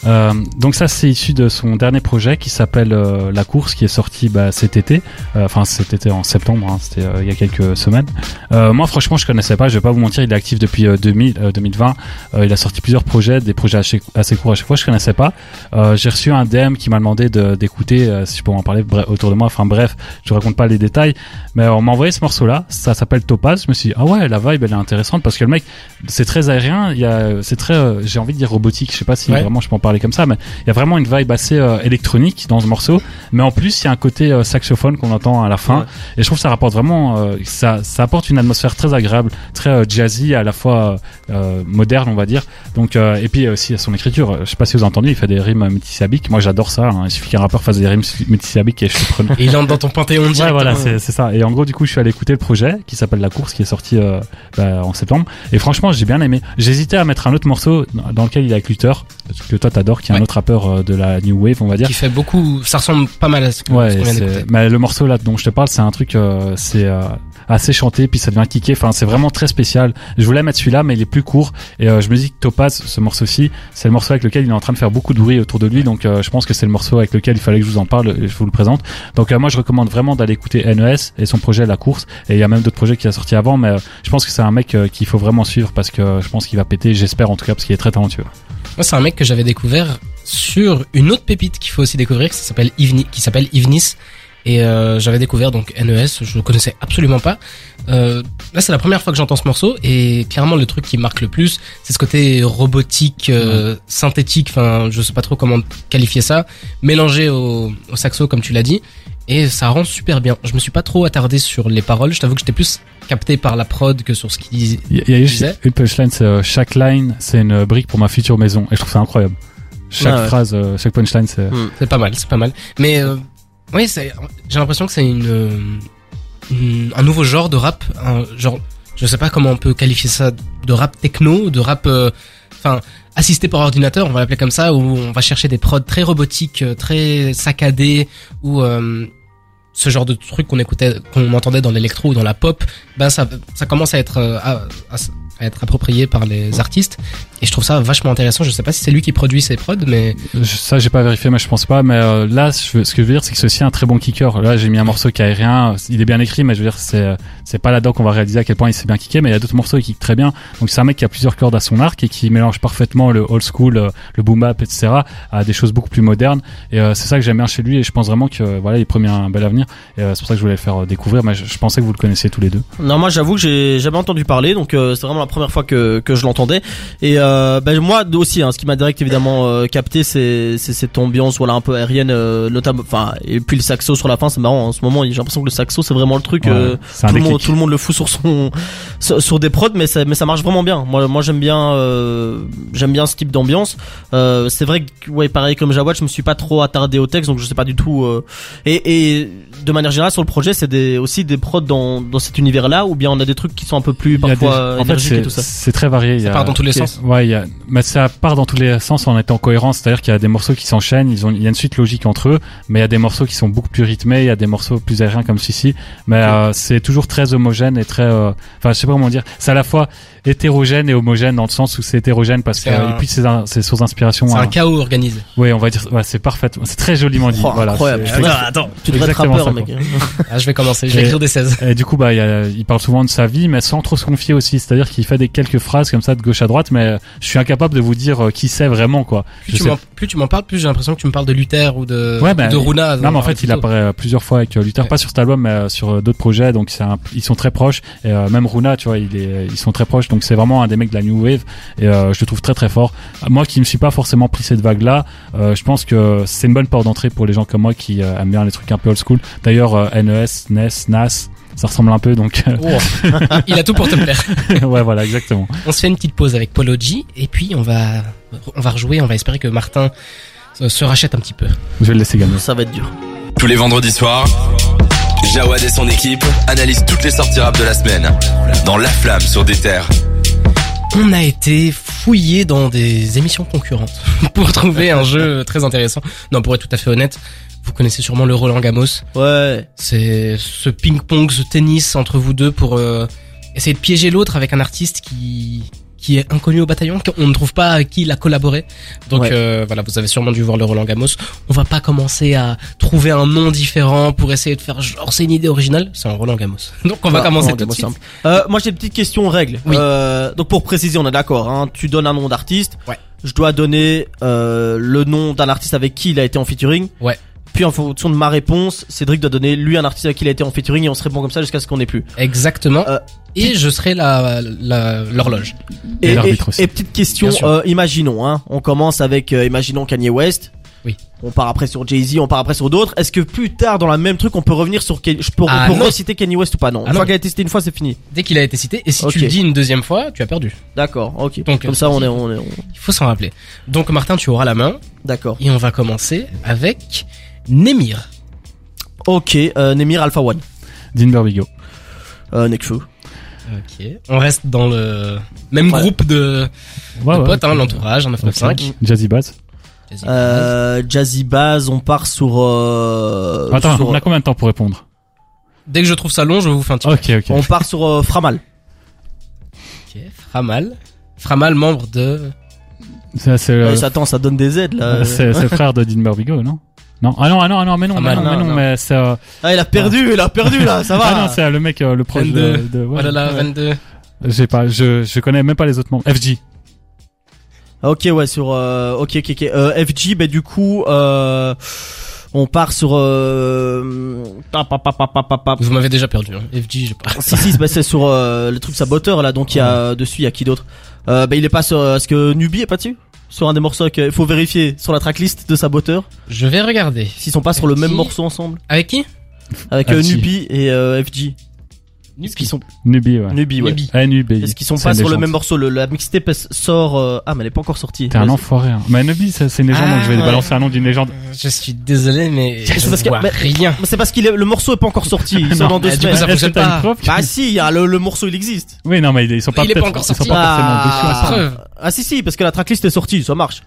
Speaker 4: Euh, donc ça, c'est issu de son dernier projet qui s'appelle euh, La Course, qui est sorti bah, cet été. Euh, Enfin, cet été en septembre, hein, c'était euh, il y a quelques semaines. Euh, moi, franchement, je connaissais pas. Je vais pas vous mentir, il est actif depuis euh, 2000, euh, 2020. Euh, il a sorti plusieurs projets, des projets assez, assez courts à chaque fois. Je connaissais pas. Euh, J'ai reçu un DM qui m'a demandé de- d'écouter, euh, si je peux en parler bref, autour de moi. Enfin bref, je vous raconte pas les détails. Mais euh, on m'a envoyé ce morceau-là. Ça s'appelle Topaz. Je me suis dit, ah ouais, la vibe, elle est intéressante parce que le mec, c'est très aérien, il y a, c'est très, euh, j'ai envie de dire robotique, je sais pas si
Speaker 2: Ouais.
Speaker 4: vraiment je peux en parler comme ça, mais il y a vraiment une vibe assez euh, électronique dans ce morceau, mais en plus il y a un côté euh, saxophone qu'on entend à la fin, et je trouve que ça rapporte vraiment, euh, ça, ça apporte une atmosphère très agréable, très euh, jazzy, à la fois euh, moderne on va dire, donc euh, et puis euh, aussi à son écriture, je sais pas si vous avez entendu, il fait des rimes euh, multisyllabiques, moi j'adore ça, hein. il suffit qu'un rappeur fasse des rimes multisyllabiques et je suis preneur.
Speaker 2: Et il entre dans ton panthéon
Speaker 4: Ouais,
Speaker 2: directement.
Speaker 4: voilà, c'est c'est ça. Et en gros, du coup, je suis allé écouter le projet qui s'appelle La Course, qui est sorti euh, bah, en septembre. Et franchement, j'ai bien aimé. J'hésitais à mettre un autre morceau dans- dans lequel il y a Clutter, que toi t'adores, qui est un
Speaker 2: Ouais.
Speaker 4: autre rappeur euh, de la New Wave, on va dire.
Speaker 2: qui fait beaucoup. Ça ressemble pas mal à ce que-
Speaker 4: Ouais,
Speaker 2: ce qu'on vient
Speaker 4: c'est-
Speaker 2: d'écouter.
Speaker 4: mais le morceau là dont je te parle, c'est un truc, euh, c'est euh, assez chanté, puis ça devient kické. Enfin, c'est vraiment très spécial. Je voulais mettre celui-là, mais il est plus court. Et euh, je me dis que Topaz, ce morceau-ci, c'est le morceau avec lequel il est en train de faire beaucoup de bruit autour de lui. Donc, euh, je pense que c'est le morceau avec lequel il fallait que je vous en parle. Et je vous le présente. Donc, euh, moi, je recommande vraiment d'aller écouter NES et son projet La Course. Et il y a même d'autres projets qui a sorti avant, mais euh, je pense que c'est un mec euh, qu'il faut vraiment suivre parce que euh, je pense qu'il va péter. J'espère en tout cas parce qu'il est très talentueux.
Speaker 2: Moi, c'est un mec que j'avais découvert sur une autre pépite qu'il faut aussi découvrir, qui s'appelle Ivni, qui s'appelle Ivnis. Et euh, j'avais découvert donc NES, je le connaissais absolument pas. Euh, là, c'est la première fois que j'entends ce morceau, et clairement, le truc qui marque le plus, c'est ce côté robotique, euh, synthétique. Enfin, je sais pas trop comment qualifier ça, mélangé au, au saxo comme tu l'as dit, et ça rend super bien. Je me suis pas trop attardé sur les paroles. Je t'avoue que j'étais plus capté par la prod que sur ce qu'il disait.
Speaker 4: Il y a- il y a
Speaker 2: Tu
Speaker 4: juste
Speaker 2: disais
Speaker 4: une punchline, c'est euh, chaque line, c'est une euh, brique pour ma future maison. Et je trouve ça incroyable. Chaque
Speaker 3: Ah ouais.
Speaker 4: phrase, euh, chaque punchline, c'est.
Speaker 2: C'est pas mal, c'est pas mal. Mais euh, oui, c'est- j'ai l'impression que c'est une, euh, une- un nouveau genre de rap, un genre, je sais pas comment on peut qualifier ça, de rap techno, de rap, euh, enfin, assisté par ordinateur, on va l'appeler comme ça, où on va chercher des prods très robotiques, euh, très saccadés, ou euh, ce genre de truc qu'on écoutait, qu'on entendait dans l'électro ou dans la pop, ben ça, ça commence à être euh, à, à s- à être approprié par les artistes et je trouve ça vachement intéressant je sais pas si c'est lui qui produit ses prods mais
Speaker 4: Je- Ça, j'ai pas vérifié, mais je pense pas. Mais euh, là, je veux- ce que je veux dire, c'est que c'est aussi un très bon kicker. Là, j'ai mis un morceau qui est aérien. Il est bien écrit, mais je veux dire, c'est euh, c'est pas là-dedans qu'on va réaliser à quel point il s'est bien kické. Mais il y a d'autres morceaux qui kick très bien. Donc c'est un mec qui a plusieurs cordes à son arc et qui mélange parfaitement le old school, euh, le boom bap, etc. à des choses beaucoup plus modernes. Et euh, c'est ça que j'aime bien chez lui. Et je pense vraiment que euh, voilà, il promet un bel avenir. Et euh, c'est pour ça que je voulais le faire euh, découvrir. Mais je, je pensais que vous le connaissiez tous les deux.
Speaker 3: Non, moi j'avoue que j'ai jamais entendu parler, donc euh, c'est vraiment la la première fois que, que je l'entendais. Et euh, ben, moi aussi, hein, ce qui m'a direct évidemment euh, capté, c'est c'est cette ambiance voilà un peu aérienne, euh, notamment. Enfin, et puis le saxo sur la fin, c'est marrant. En ce moment, j'ai l'impression que le saxo, c'est vraiment le truc.
Speaker 4: Ouais,
Speaker 3: euh,
Speaker 4: c'est un
Speaker 3: tout, le monde,
Speaker 4: déclic.
Speaker 3: tout le monde le fout sur son sur, sur des prods, mais ça, mais ça marche vraiment bien. Moi, moi j'aime bien euh, j'aime bien ce type d'ambiance. Euh, c'est vrai que ouais, pareil comme Jawad, je me suis pas trop attardé au texte, donc je sais pas du tout. euh, et, et de manière générale sur le projet, c'est des, aussi des prods dans, dans cet univers-là, ou bien on a des trucs qui sont un peu plus
Speaker 4: Il y a
Speaker 3: parfois
Speaker 4: des-
Speaker 3: euh,
Speaker 4: en fait,
Speaker 3: énergiques et tout
Speaker 4: c'est
Speaker 3: ça.
Speaker 4: c'est très varié. Il y
Speaker 2: Ça
Speaker 4: a-
Speaker 2: part dans tous les
Speaker 4: ok.
Speaker 2: sens.
Speaker 4: Ouais, il y a, mais ça part dans tous les sens en étant cohérent. C'est-à-dire qu'il y a des morceaux qui s'enchaînent, ils ont, il y a une suite logique entre eux, mais il y a des morceaux qui sont beaucoup plus rythmés, il y a des morceaux plus aériens comme ceci. Mais euh, c'est toujours très homogène et très, euh, enfin, je sais pas comment dire. C'est à la fois hétérogène et homogène dans le sens où c'est hétérogène parce que
Speaker 2: C'est un-
Speaker 4: et puis c'est un- c'est source d'inspiration.
Speaker 2: C'est
Speaker 4: hein.
Speaker 2: un chaos organisé.
Speaker 4: Ouais, on va dire, ouais, c'est parfait, c'est très joliment dit.
Speaker 3: Oh,
Speaker 4: voilà,
Speaker 3: incroyable.
Speaker 4: c'est-
Speaker 3: Tu devrais- tu devrais être
Speaker 4: exactement
Speaker 3: rappeur,
Speaker 4: ça,
Speaker 3: mec.
Speaker 2: Ah, je vais commencer, je vais
Speaker 4: Et-
Speaker 2: écrire des 16.
Speaker 4: Et du coup, bah, il y a- il parle souvent de sa vie, mais sans trop se confier aussi. C'est-à-dire qu'il fait des quelques phrases comme ça de gauche à droite, mais euh, je suis incapable de vous dire euh, qui c'est vraiment, quoi.
Speaker 2: Plus
Speaker 4: Je
Speaker 2: tu
Speaker 4: sais-
Speaker 2: m'en- plus tu m'en parles, plus j'ai l'impression que tu me parles de Luther ou de,
Speaker 4: Ouais, bah,
Speaker 2: de Runa.
Speaker 4: Non, mais en fait, il apparaît euh, plusieurs fois avec euh, Luther,
Speaker 2: Ouais.
Speaker 4: pas sur cet album, mais euh, sur euh, d'autres projets. Donc, c'est un- ils sont très proches. Et euh, même Runa, tu vois, il est, ils sont très proches. Donc, c'est vraiment un des mecs de la New Wave. Et euh, je le trouve très, très fort. Euh, Moi, qui me suis pas forcément pris cette vague-là, euh, je pense que c'est une bonne porte d'entrée pour les gens comme moi qui euh, aiment bien les trucs un peu old school. D'ailleurs, euh, NES, NES, NAS, ça ressemble un peu. Donc, euh,
Speaker 2: Oh. il a tout pour te plaire.
Speaker 4: ouais, voilà, exactement.
Speaker 2: On se fait une petite pause avec Polo G et puis on va, on va rejouer. On va espérer que Martin se se rachète un petit peu.
Speaker 4: Je vais le laisser gagner.
Speaker 3: Ça va être dur.
Speaker 9: Tous les vendredis soirs, Jawad et son équipe analysent toutes les sorties rap de la semaine dans La Flamme sur des terres.
Speaker 2: On a été fouillé dans des émissions concurrentes pour trouver un jeu très intéressant. Non, pour être tout à fait honnête, vous connaissez sûrement le Roland Gamos.
Speaker 3: Ouais.
Speaker 2: C'est ce ping-pong, ce tennis entre vous deux pour euh, essayer de piéger l'autre avec un artiste qui qui est inconnu au bataillon, qu'on ne trouve pas avec qui il a collaboré. Donc
Speaker 3: Ouais.
Speaker 2: euh, voilà, vous avez sûrement dû voir le Roland Gamos. On va pas commencer à trouver un nom différent pour essayer de faire genre c'est une idée originale, c'est un Roland Gamos. Donc on va
Speaker 3: Ah,
Speaker 2: commencer
Speaker 3: Roland
Speaker 2: tout de
Speaker 3: Gamos,
Speaker 2: suite.
Speaker 3: simple. Euh, moi j'ai une petite question règle.
Speaker 2: Oui.
Speaker 3: Euh, donc pour préciser, on est d'accord. Hein, tu donnes un nom d'artiste.
Speaker 2: Ouais.
Speaker 3: Je dois donner euh, le nom d'un artiste avec qui il a été en featuring.
Speaker 2: Ouais.
Speaker 3: Puis en fonction de ma réponse, Cédric doit donner lui un artiste avec qui il a été en featuring et on se répond comme ça jusqu'à ce qu'on n'ait plus.
Speaker 2: Exactement.
Speaker 3: Euh,
Speaker 2: et je serai la la- l'horloge.
Speaker 4: Et l'arbitre aussi.
Speaker 3: et petite question,
Speaker 2: Bien sûr.
Speaker 3: euh, imaginons, hein, on commence avec, euh, imaginons Kanye West.
Speaker 2: Oui.
Speaker 3: On part après sur Jay-Z, on part après sur d'autres. Est-ce que plus tard dans la même truc, on peut revenir sur Kanye, je peux, on
Speaker 2: Ah
Speaker 3: peut
Speaker 2: non.
Speaker 3: reciter Kanye West ou pas Non.
Speaker 2: Ah
Speaker 3: une
Speaker 2: non.
Speaker 3: fois qu'elle a testé une fois, c'est fini.
Speaker 2: dès qu'il a été cité. Et si tu
Speaker 3: Ok.
Speaker 2: le dis une deuxième fois, tu as perdu.
Speaker 3: D'accord. Ok.
Speaker 2: Donc, euh,
Speaker 3: Comme ça, on est, on est, on-
Speaker 2: Il faut s'en rappeler. Donc Martin, tu auras la main
Speaker 3: d'accord.
Speaker 2: et on va commencer avec Nemir.
Speaker 3: Ok. Euh, Nemir Alpha One.
Speaker 4: Dean Burbigo.
Speaker 3: Euh, Nekfeu.
Speaker 2: Ok. On reste dans le même
Speaker 3: Ouais.
Speaker 2: groupe de,
Speaker 4: Ouais,
Speaker 2: de
Speaker 4: ouais.
Speaker 2: potes, hein, l'entourage, un 995.
Speaker 4: Jazzy Bass.
Speaker 2: Vas-y.
Speaker 3: Euh, Jazzy Bass. On part sur. Euh,
Speaker 4: Attends,
Speaker 3: sur-
Speaker 4: on a combien de temps pour répondre
Speaker 2: Dès que je trouve ça long, je vous fais un petit.
Speaker 4: Ok, ok.
Speaker 3: on part sur euh, Framal.
Speaker 2: Ok. Framal. Framal, membre de.
Speaker 4: Ça, C'est
Speaker 3: Ouais,
Speaker 4: le,
Speaker 3: ça- attends, Eh, ça donne des aides là.
Speaker 4: euh, c'est- c'est le frère de Dean Burbigo, non non, ah non, ah non, ah non, mais non,
Speaker 2: Ah,
Speaker 4: mais
Speaker 2: bah
Speaker 4: non,
Speaker 2: non,
Speaker 4: mais non,
Speaker 2: non.
Speaker 4: mais c'est, euh,
Speaker 3: Ah, il a perdu, il a perdu là. Ça va.
Speaker 4: ah non, c'est le mec, euh, le proche de,
Speaker 2: 22.
Speaker 4: de ouais. Euh,
Speaker 2: Oh là là, 22.
Speaker 4: J'ai pas, je, je connais même pas les autres membres. FG.
Speaker 3: Ok ouais sur euh, ok ok ok euh, FG bah du coup euh, on part sur euh, pa, pa, pa, pa, pa, pa, pa.
Speaker 2: Vous m'avez déjà perdu. Hein. FG, je pas.
Speaker 3: si si bah, c'est sur euh, le truc saboteur là donc il y a dessus il y a qui d'autre euh, bah il est pas sur est-ce que Nubi est pas dessus sur un des morceaux il faut vérifier sur la tracklist de saboteur
Speaker 2: Je vais regarder.
Speaker 3: s'ils sont pas sur le
Speaker 2: FG.
Speaker 3: même morceau ensemble
Speaker 2: Avec qui
Speaker 3: avec euh,
Speaker 4: FG.
Speaker 3: Nubi et euh, FG est-ce qu'ils sont
Speaker 4: Nubi, ouais. Ah,
Speaker 3: Nubi ouais
Speaker 2: Nubi.
Speaker 4: Nubi.
Speaker 3: est-ce qu'ils sont pas sur le même morceau le, la mixtape elle sort euh, ah mais elle est pas encore sortie
Speaker 4: T'es un enfoiré. hein. Mais Nubi, ça, c'est une légende,
Speaker 2: Ah,
Speaker 4: donc je vais
Speaker 2: ouais.
Speaker 4: balancer un nom d'une légende.
Speaker 2: Euh, Je suis désolé, mais
Speaker 3: Yes,
Speaker 2: je
Speaker 3: parce que-
Speaker 2: vois
Speaker 3: mais-
Speaker 2: rien.
Speaker 3: c'est parce qu'il est, le morceau est pas encore sorti ils sont
Speaker 4: Non,
Speaker 3: dans deux
Speaker 2: mais du coup,
Speaker 3: semaines
Speaker 2: ça
Speaker 4: Est-ce
Speaker 2: fonctionne
Speaker 4: que t'as
Speaker 2: pas.
Speaker 4: une preuve
Speaker 3: Bah si, il y a le, le morceau il existe.
Speaker 4: Oui, non, mais ils ils sont pas
Speaker 2: Il est pas
Speaker 4: peut-être-
Speaker 2: encore
Speaker 4: ils sont
Speaker 2: sorti.
Speaker 4: pas forcément dessus.
Speaker 3: Ah.
Speaker 2: La preuve.
Speaker 3: Ah si si, parce que la tracklist est sortie, ça marche.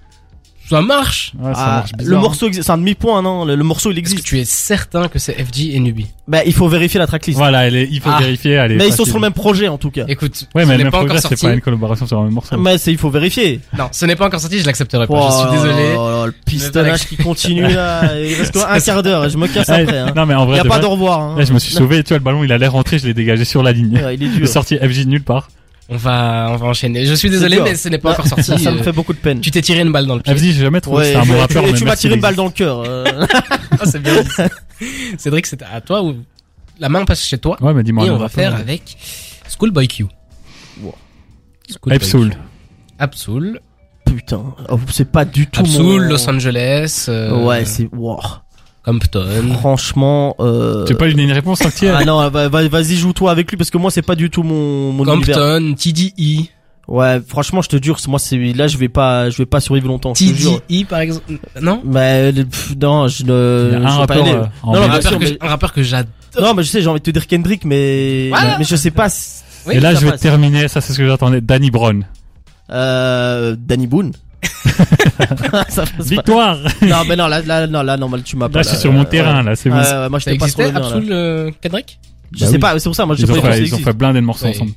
Speaker 2: Ça marche.
Speaker 4: Ouais, ça
Speaker 3: Ah,
Speaker 4: marche
Speaker 3: le
Speaker 4: bizarre.
Speaker 3: morceau existe, c'est un demi-point non, le, le morceau il
Speaker 2: Est-ce que
Speaker 3: existe.
Speaker 2: tu es certain que c'est FG et Nubi
Speaker 3: Bah il faut vérifier la tracklist.
Speaker 4: Voilà, elle est- il faut
Speaker 2: Ah.
Speaker 4: vérifier, elle est
Speaker 3: Mais ils sont
Speaker 4: facile.
Speaker 3: sur le même projet en tout cas.
Speaker 2: Écoute,
Speaker 4: Ouais,
Speaker 2: ce
Speaker 4: mais
Speaker 2: n'est
Speaker 4: même
Speaker 2: pas encore
Speaker 4: progrès,
Speaker 2: sorti.
Speaker 4: c'est pas une collaboration sur un même morceau.
Speaker 3: Mais c'est il faut vérifier.
Speaker 2: Non, ce n'est pas encore sorti, Ah, bah, je l'accepterai pas.
Speaker 3: Oh,
Speaker 2: je suis désolé.
Speaker 3: oh là là, le
Speaker 2: Mais
Speaker 3: pistonnage
Speaker 2: voilà.
Speaker 3: qui continue là, il reste quoi un quart d'heure et je me casse
Speaker 4: Eh,
Speaker 3: après. Hein.
Speaker 4: Non, mais en
Speaker 3: Il
Speaker 4: vrai,
Speaker 3: y a
Speaker 4: de
Speaker 3: pas
Speaker 4: vrai,
Speaker 3: d'au revoir. Hein.
Speaker 4: là, je me suis sauvé. Tu vois, le ballon, il allait rentrer, je l'ai dégagé sur la ligne.
Speaker 3: Ouais, il est
Speaker 4: J'ai
Speaker 3: dur.
Speaker 4: sorti FJ de nulle part.
Speaker 2: On va, on va enchaîner. Je suis désolé,
Speaker 3: dur.
Speaker 2: mais ce n'est pas
Speaker 3: Ouais,
Speaker 2: encore sorti.
Speaker 3: Ça, ça me
Speaker 2: Euh,
Speaker 3: fait beaucoup de peine.
Speaker 2: Tu t'es tiré une balle dans le pied.
Speaker 4: FJ, j'ai jamais trouvé.
Speaker 3: Ouais,
Speaker 4: c'est un
Speaker 3: tu-
Speaker 4: bon rappeur,
Speaker 3: tu,
Speaker 4: mais
Speaker 3: tu m'as
Speaker 4: merci,
Speaker 3: tiré
Speaker 4: il
Speaker 3: une balle
Speaker 4: existe.
Speaker 3: dans le cœur. euh.
Speaker 2: Ah, c'est bien. dit. Cédric, c'est à toi ou la main passe chez toi.
Speaker 4: Ouais, mais dis-moi.
Speaker 2: et
Speaker 4: un
Speaker 2: on
Speaker 4: rappeur.
Speaker 2: va faire avec Schoolboy Q. Scoot
Speaker 4: Epsoul.
Speaker 2: Break. Absoul.
Speaker 3: Putain, oh, c'est pas du tout
Speaker 2: Absoul,
Speaker 3: mon-
Speaker 2: Los Angeles. euh,
Speaker 3: Ouais, c'est wow.
Speaker 2: Compton.
Speaker 3: Franchement, euh...
Speaker 4: Tu veux pas lui donner une réponse entière
Speaker 3: ah non, va- va- vas-y joue-toi avec lui parce que moi c'est pas du tout mon mon univers.
Speaker 2: Compton, E. TDI.
Speaker 3: Ouais, franchement, je te jure, moi c'est là je vais pas je vais pas survivre longtemps, je te jure.
Speaker 2: TDI, E, par exemple. Non
Speaker 3: Mais le- pff, non, je
Speaker 4: Il y
Speaker 3: ne
Speaker 4: a
Speaker 3: je
Speaker 4: un
Speaker 3: vais pas
Speaker 4: rappeur,
Speaker 3: y aller.
Speaker 4: euh, en
Speaker 3: non,
Speaker 2: un
Speaker 3: non, bien
Speaker 2: rappeur,
Speaker 3: sûr,
Speaker 2: que
Speaker 3: mais-
Speaker 2: j- un rappeur que j'adore.
Speaker 3: non, mais je sais, j'ai envie de te dire Kendrick mais
Speaker 2: Voilà.
Speaker 3: mais je sais pas si-
Speaker 2: oui,
Speaker 4: Et là,
Speaker 3: ça
Speaker 4: je vais
Speaker 3: passe.
Speaker 4: terminer. Ça, c'est ce que j'attendais. Danny Brown.
Speaker 3: euh Danny Boone. ça passe pas.
Speaker 4: Victoire.
Speaker 3: Non, mais non, là là non, là euh, normal, tu m'as pas
Speaker 4: Là, je suis sur mon terrain. Là, c'est bon.
Speaker 3: Ouais, ouais, moi
Speaker 2: Ça
Speaker 3: j'étais pas sur
Speaker 2: existait,
Speaker 3: le mien, là.
Speaker 2: Absoul, euh, Kendrick
Speaker 3: Je
Speaker 4: Bah
Speaker 3: sais
Speaker 4: oui.
Speaker 3: pas, c'est pour ça moi j'ai
Speaker 4: Ils
Speaker 3: pas
Speaker 4: ont
Speaker 3: eu pensé
Speaker 4: fait, ils
Speaker 3: que
Speaker 4: ont fait blindé de morceaux
Speaker 2: Ouais.
Speaker 4: ensemble.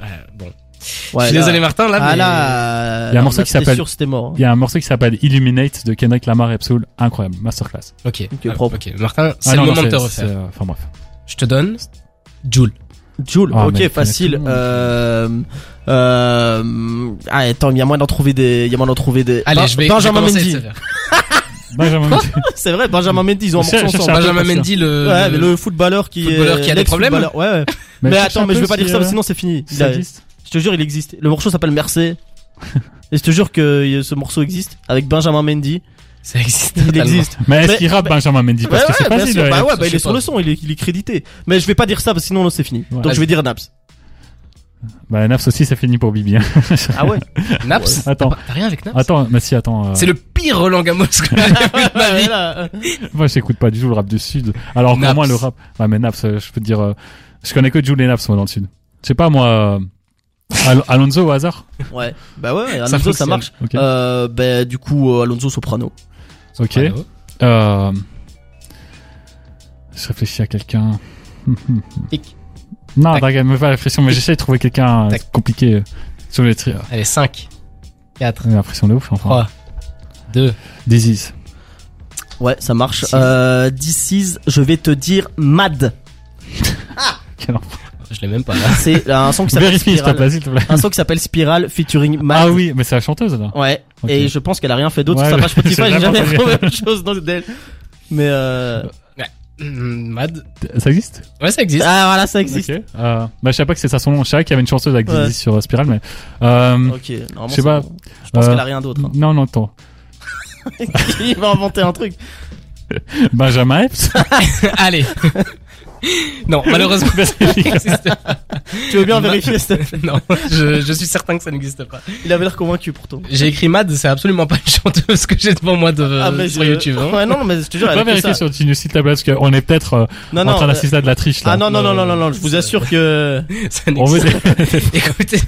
Speaker 2: Ouais, Bon.
Speaker 3: ça- Ouais,
Speaker 2: Je suis
Speaker 3: là-
Speaker 2: désolé, Martin, là,
Speaker 3: Ah
Speaker 2: mais-
Speaker 3: là,
Speaker 4: Il y a
Speaker 3: non,
Speaker 4: un morceau
Speaker 3: là,
Speaker 4: qui
Speaker 3: j'étais
Speaker 4: s'appelle-
Speaker 3: sûr que c'était mort.
Speaker 2: hein.
Speaker 4: Il y a un morceau qui s'appelle Illuminate de Kendrick Lamar et Epsoul. Incroyable. Masterclass.
Speaker 2: Ok.
Speaker 3: Ok,
Speaker 2: Ah,
Speaker 3: propre.
Speaker 2: Ok, Martin, c'est
Speaker 4: Ah
Speaker 2: le
Speaker 4: non, non,
Speaker 2: moment de te
Speaker 4: c'est-
Speaker 2: refaire.
Speaker 4: c'est, euh, Enfin, bref.
Speaker 2: Je te donne Joule.
Speaker 3: Joule,
Speaker 4: Ah, mais il
Speaker 3: ok,
Speaker 4: connaît tout
Speaker 3: facile.
Speaker 4: le monde.
Speaker 3: Euh, euh, ah, attends, il y a moyen d'en trouver des. Il y a moyen d'en trouver des.
Speaker 2: Allez,
Speaker 3: Ben-
Speaker 2: je vais.
Speaker 3: Benjamin
Speaker 2: je vais commencer à être
Speaker 3: Mendy.
Speaker 2: sévère.
Speaker 4: Benjamin Mendy.
Speaker 3: C'est vrai, Benjamin Mendy, ils ont un
Speaker 4: Je
Speaker 3: morceau
Speaker 4: cherche- je
Speaker 3: ensemble.
Speaker 4: cherche un peu
Speaker 2: Benjamin
Speaker 4: patient.
Speaker 2: Mendy, le.
Speaker 3: Ouais, mais le footballeur qui
Speaker 2: Footballeur
Speaker 3: est.
Speaker 2: qui a des
Speaker 3: l'ex-footballeur, Ouais, ouais. Mais,
Speaker 4: cherche un
Speaker 3: attends, mais
Speaker 4: peu
Speaker 3: je veux pas
Speaker 4: si,
Speaker 3: dire ça,
Speaker 4: euh,
Speaker 3: parce que sinon c'est fini.
Speaker 4: si
Speaker 3: Il a-
Speaker 4: Ça existe.
Speaker 3: je te jure, il existe. Le morceau s'appelle Mercé. Et je te jure que y- ce morceau existe avec Benjamin Mendy.
Speaker 2: Ça existe.
Speaker 3: Il
Speaker 2: totalement.
Speaker 3: existe.
Speaker 4: Mais est-ce
Speaker 3: Mais-
Speaker 4: qu'il rappe Benjamin Mendy Parce
Speaker 3: Ouais,
Speaker 4: que c'est
Speaker 3: ouais, bien
Speaker 4: facile.
Speaker 3: sûr.
Speaker 4: ouais.
Speaker 3: Bah ouais, bah,
Speaker 2: Je
Speaker 3: il
Speaker 2: sais
Speaker 3: est sur
Speaker 2: pas.
Speaker 3: le son, il est, il est crédité. Mais je vais pas dire ça parce que sinon non, c'est fini.
Speaker 4: Ouais.
Speaker 3: Donc je vais dire Naps.
Speaker 4: Bah, Naps aussi, ça finit pour Bibi. hein.
Speaker 3: Ah ouais.
Speaker 2: Naps.
Speaker 4: Attends.
Speaker 2: T'as pas- t'as rien avec Naps
Speaker 4: Attends, mais si, attends. euh,
Speaker 2: C'est le pire Roland Gamos que j'ai vu de ma vie.
Speaker 3: Bah Voilà.
Speaker 4: Moi, j'écoute pas du tout le rap du Sud. Alors, encore
Speaker 2: Naps.
Speaker 4: moins le rap. Ouais, mais Naps, euh, je peux te dire, euh, je connais que Jules et Naps, moi, dans le Sud. Je sais pas, moi, euh, Al- Alonso au hasard.
Speaker 3: Ouais. Bah ouais, ouais,
Speaker 2: Ça
Speaker 3: Alonso ça
Speaker 2: fonctionne.
Speaker 3: marche.
Speaker 4: Ok.
Speaker 3: Euh, bah, du coup, euh, Alonso Soprano.
Speaker 4: ok.
Speaker 2: Allô
Speaker 4: Euh, je réfléchis à quelqu'un.
Speaker 2: Tic.
Speaker 4: non,
Speaker 2: Tac.
Speaker 4: t'inquiète, me fais pas la réflexion, mais j'essaie de trouver quelqu'un euh,
Speaker 2: Tac.
Speaker 4: compliqué. euh, Sur les tri, euh,
Speaker 2: Allez, 5, 4,
Speaker 4: la pression de ouf, enfin.
Speaker 2: 3, 2.
Speaker 4: Disease.
Speaker 3: Ouais, ça marche.
Speaker 2: This is-
Speaker 3: Euh, this is, je vais te dire Mad.
Speaker 4: Quel enfer.
Speaker 2: Je l'ai même pas là.
Speaker 3: C'est un son qui s'appelle
Speaker 4: Vérifie, s'il te
Speaker 3: Spiral.
Speaker 4: plaît, s'il te plaît.
Speaker 3: Un son qui s'appelle Spiral featuring Mad.
Speaker 4: Ah oui, mais c'est la chanteuse, là.
Speaker 3: Ouais.
Speaker 4: Ok.
Speaker 3: Et je pense qu'elle a rien fait d'autre.
Speaker 4: Ouais,
Speaker 3: sur sa page
Speaker 4: mais-
Speaker 3: Spotify,
Speaker 4: j'ai
Speaker 3: j'ai jamais
Speaker 4: vraiment
Speaker 3: trouvé autre chose dans d'elle. Mais euh...
Speaker 2: Hmm, Mad.
Speaker 4: Ça existe?
Speaker 2: Ouais, ça existe.
Speaker 3: ah voilà, Oh. ça existe.
Speaker 4: Ok. Euh, bah, je savais pas que c'est ça son nom. Je savais qu'il y avait une chanteuse avec
Speaker 3: Ouais.
Speaker 4: Dizzy sur euh, Spiral, mais, euh,
Speaker 3: Ok. normalement,
Speaker 4: Je sais
Speaker 3: c'est
Speaker 4: pas.
Speaker 3: bon. Je pense
Speaker 4: Euh,
Speaker 3: qu'elle a rien d'autre. hein.
Speaker 4: non, non, attends.
Speaker 3: Il va inventer un truc.
Speaker 4: Benjamin Epps.
Speaker 2: Allez. non, malheureusement. ça n'existe
Speaker 3: Tu veux bien
Speaker 2: Mad.
Speaker 3: vérifier Steph
Speaker 2: pas. non, je, je suis certain que ça n'existe pas.
Speaker 3: Il avait l'air convaincu pourtant.
Speaker 4: Euh,
Speaker 2: J'ai écrit Mad, c'est absolument pas une chanteuse que j'ai devant moi de,
Speaker 3: Ah, mais
Speaker 2: sur
Speaker 3: je-
Speaker 2: YouTube. hein.
Speaker 3: Ouais, non, mais je te jure,
Speaker 4: On
Speaker 3: elle
Speaker 4: va
Speaker 3: a fait
Speaker 4: vérifier
Speaker 3: ça.
Speaker 4: sur le site là parce qu'on est peut-être euh,
Speaker 3: Non,
Speaker 4: en train
Speaker 3: non. euh,
Speaker 4: d'assister à de la triche là.
Speaker 3: Ah non, non, non, non, non, non, je vous
Speaker 2: C'est-
Speaker 3: assure que.
Speaker 2: Ça
Speaker 4: On veut
Speaker 2: n'existe
Speaker 4: des-
Speaker 2: Écoutez,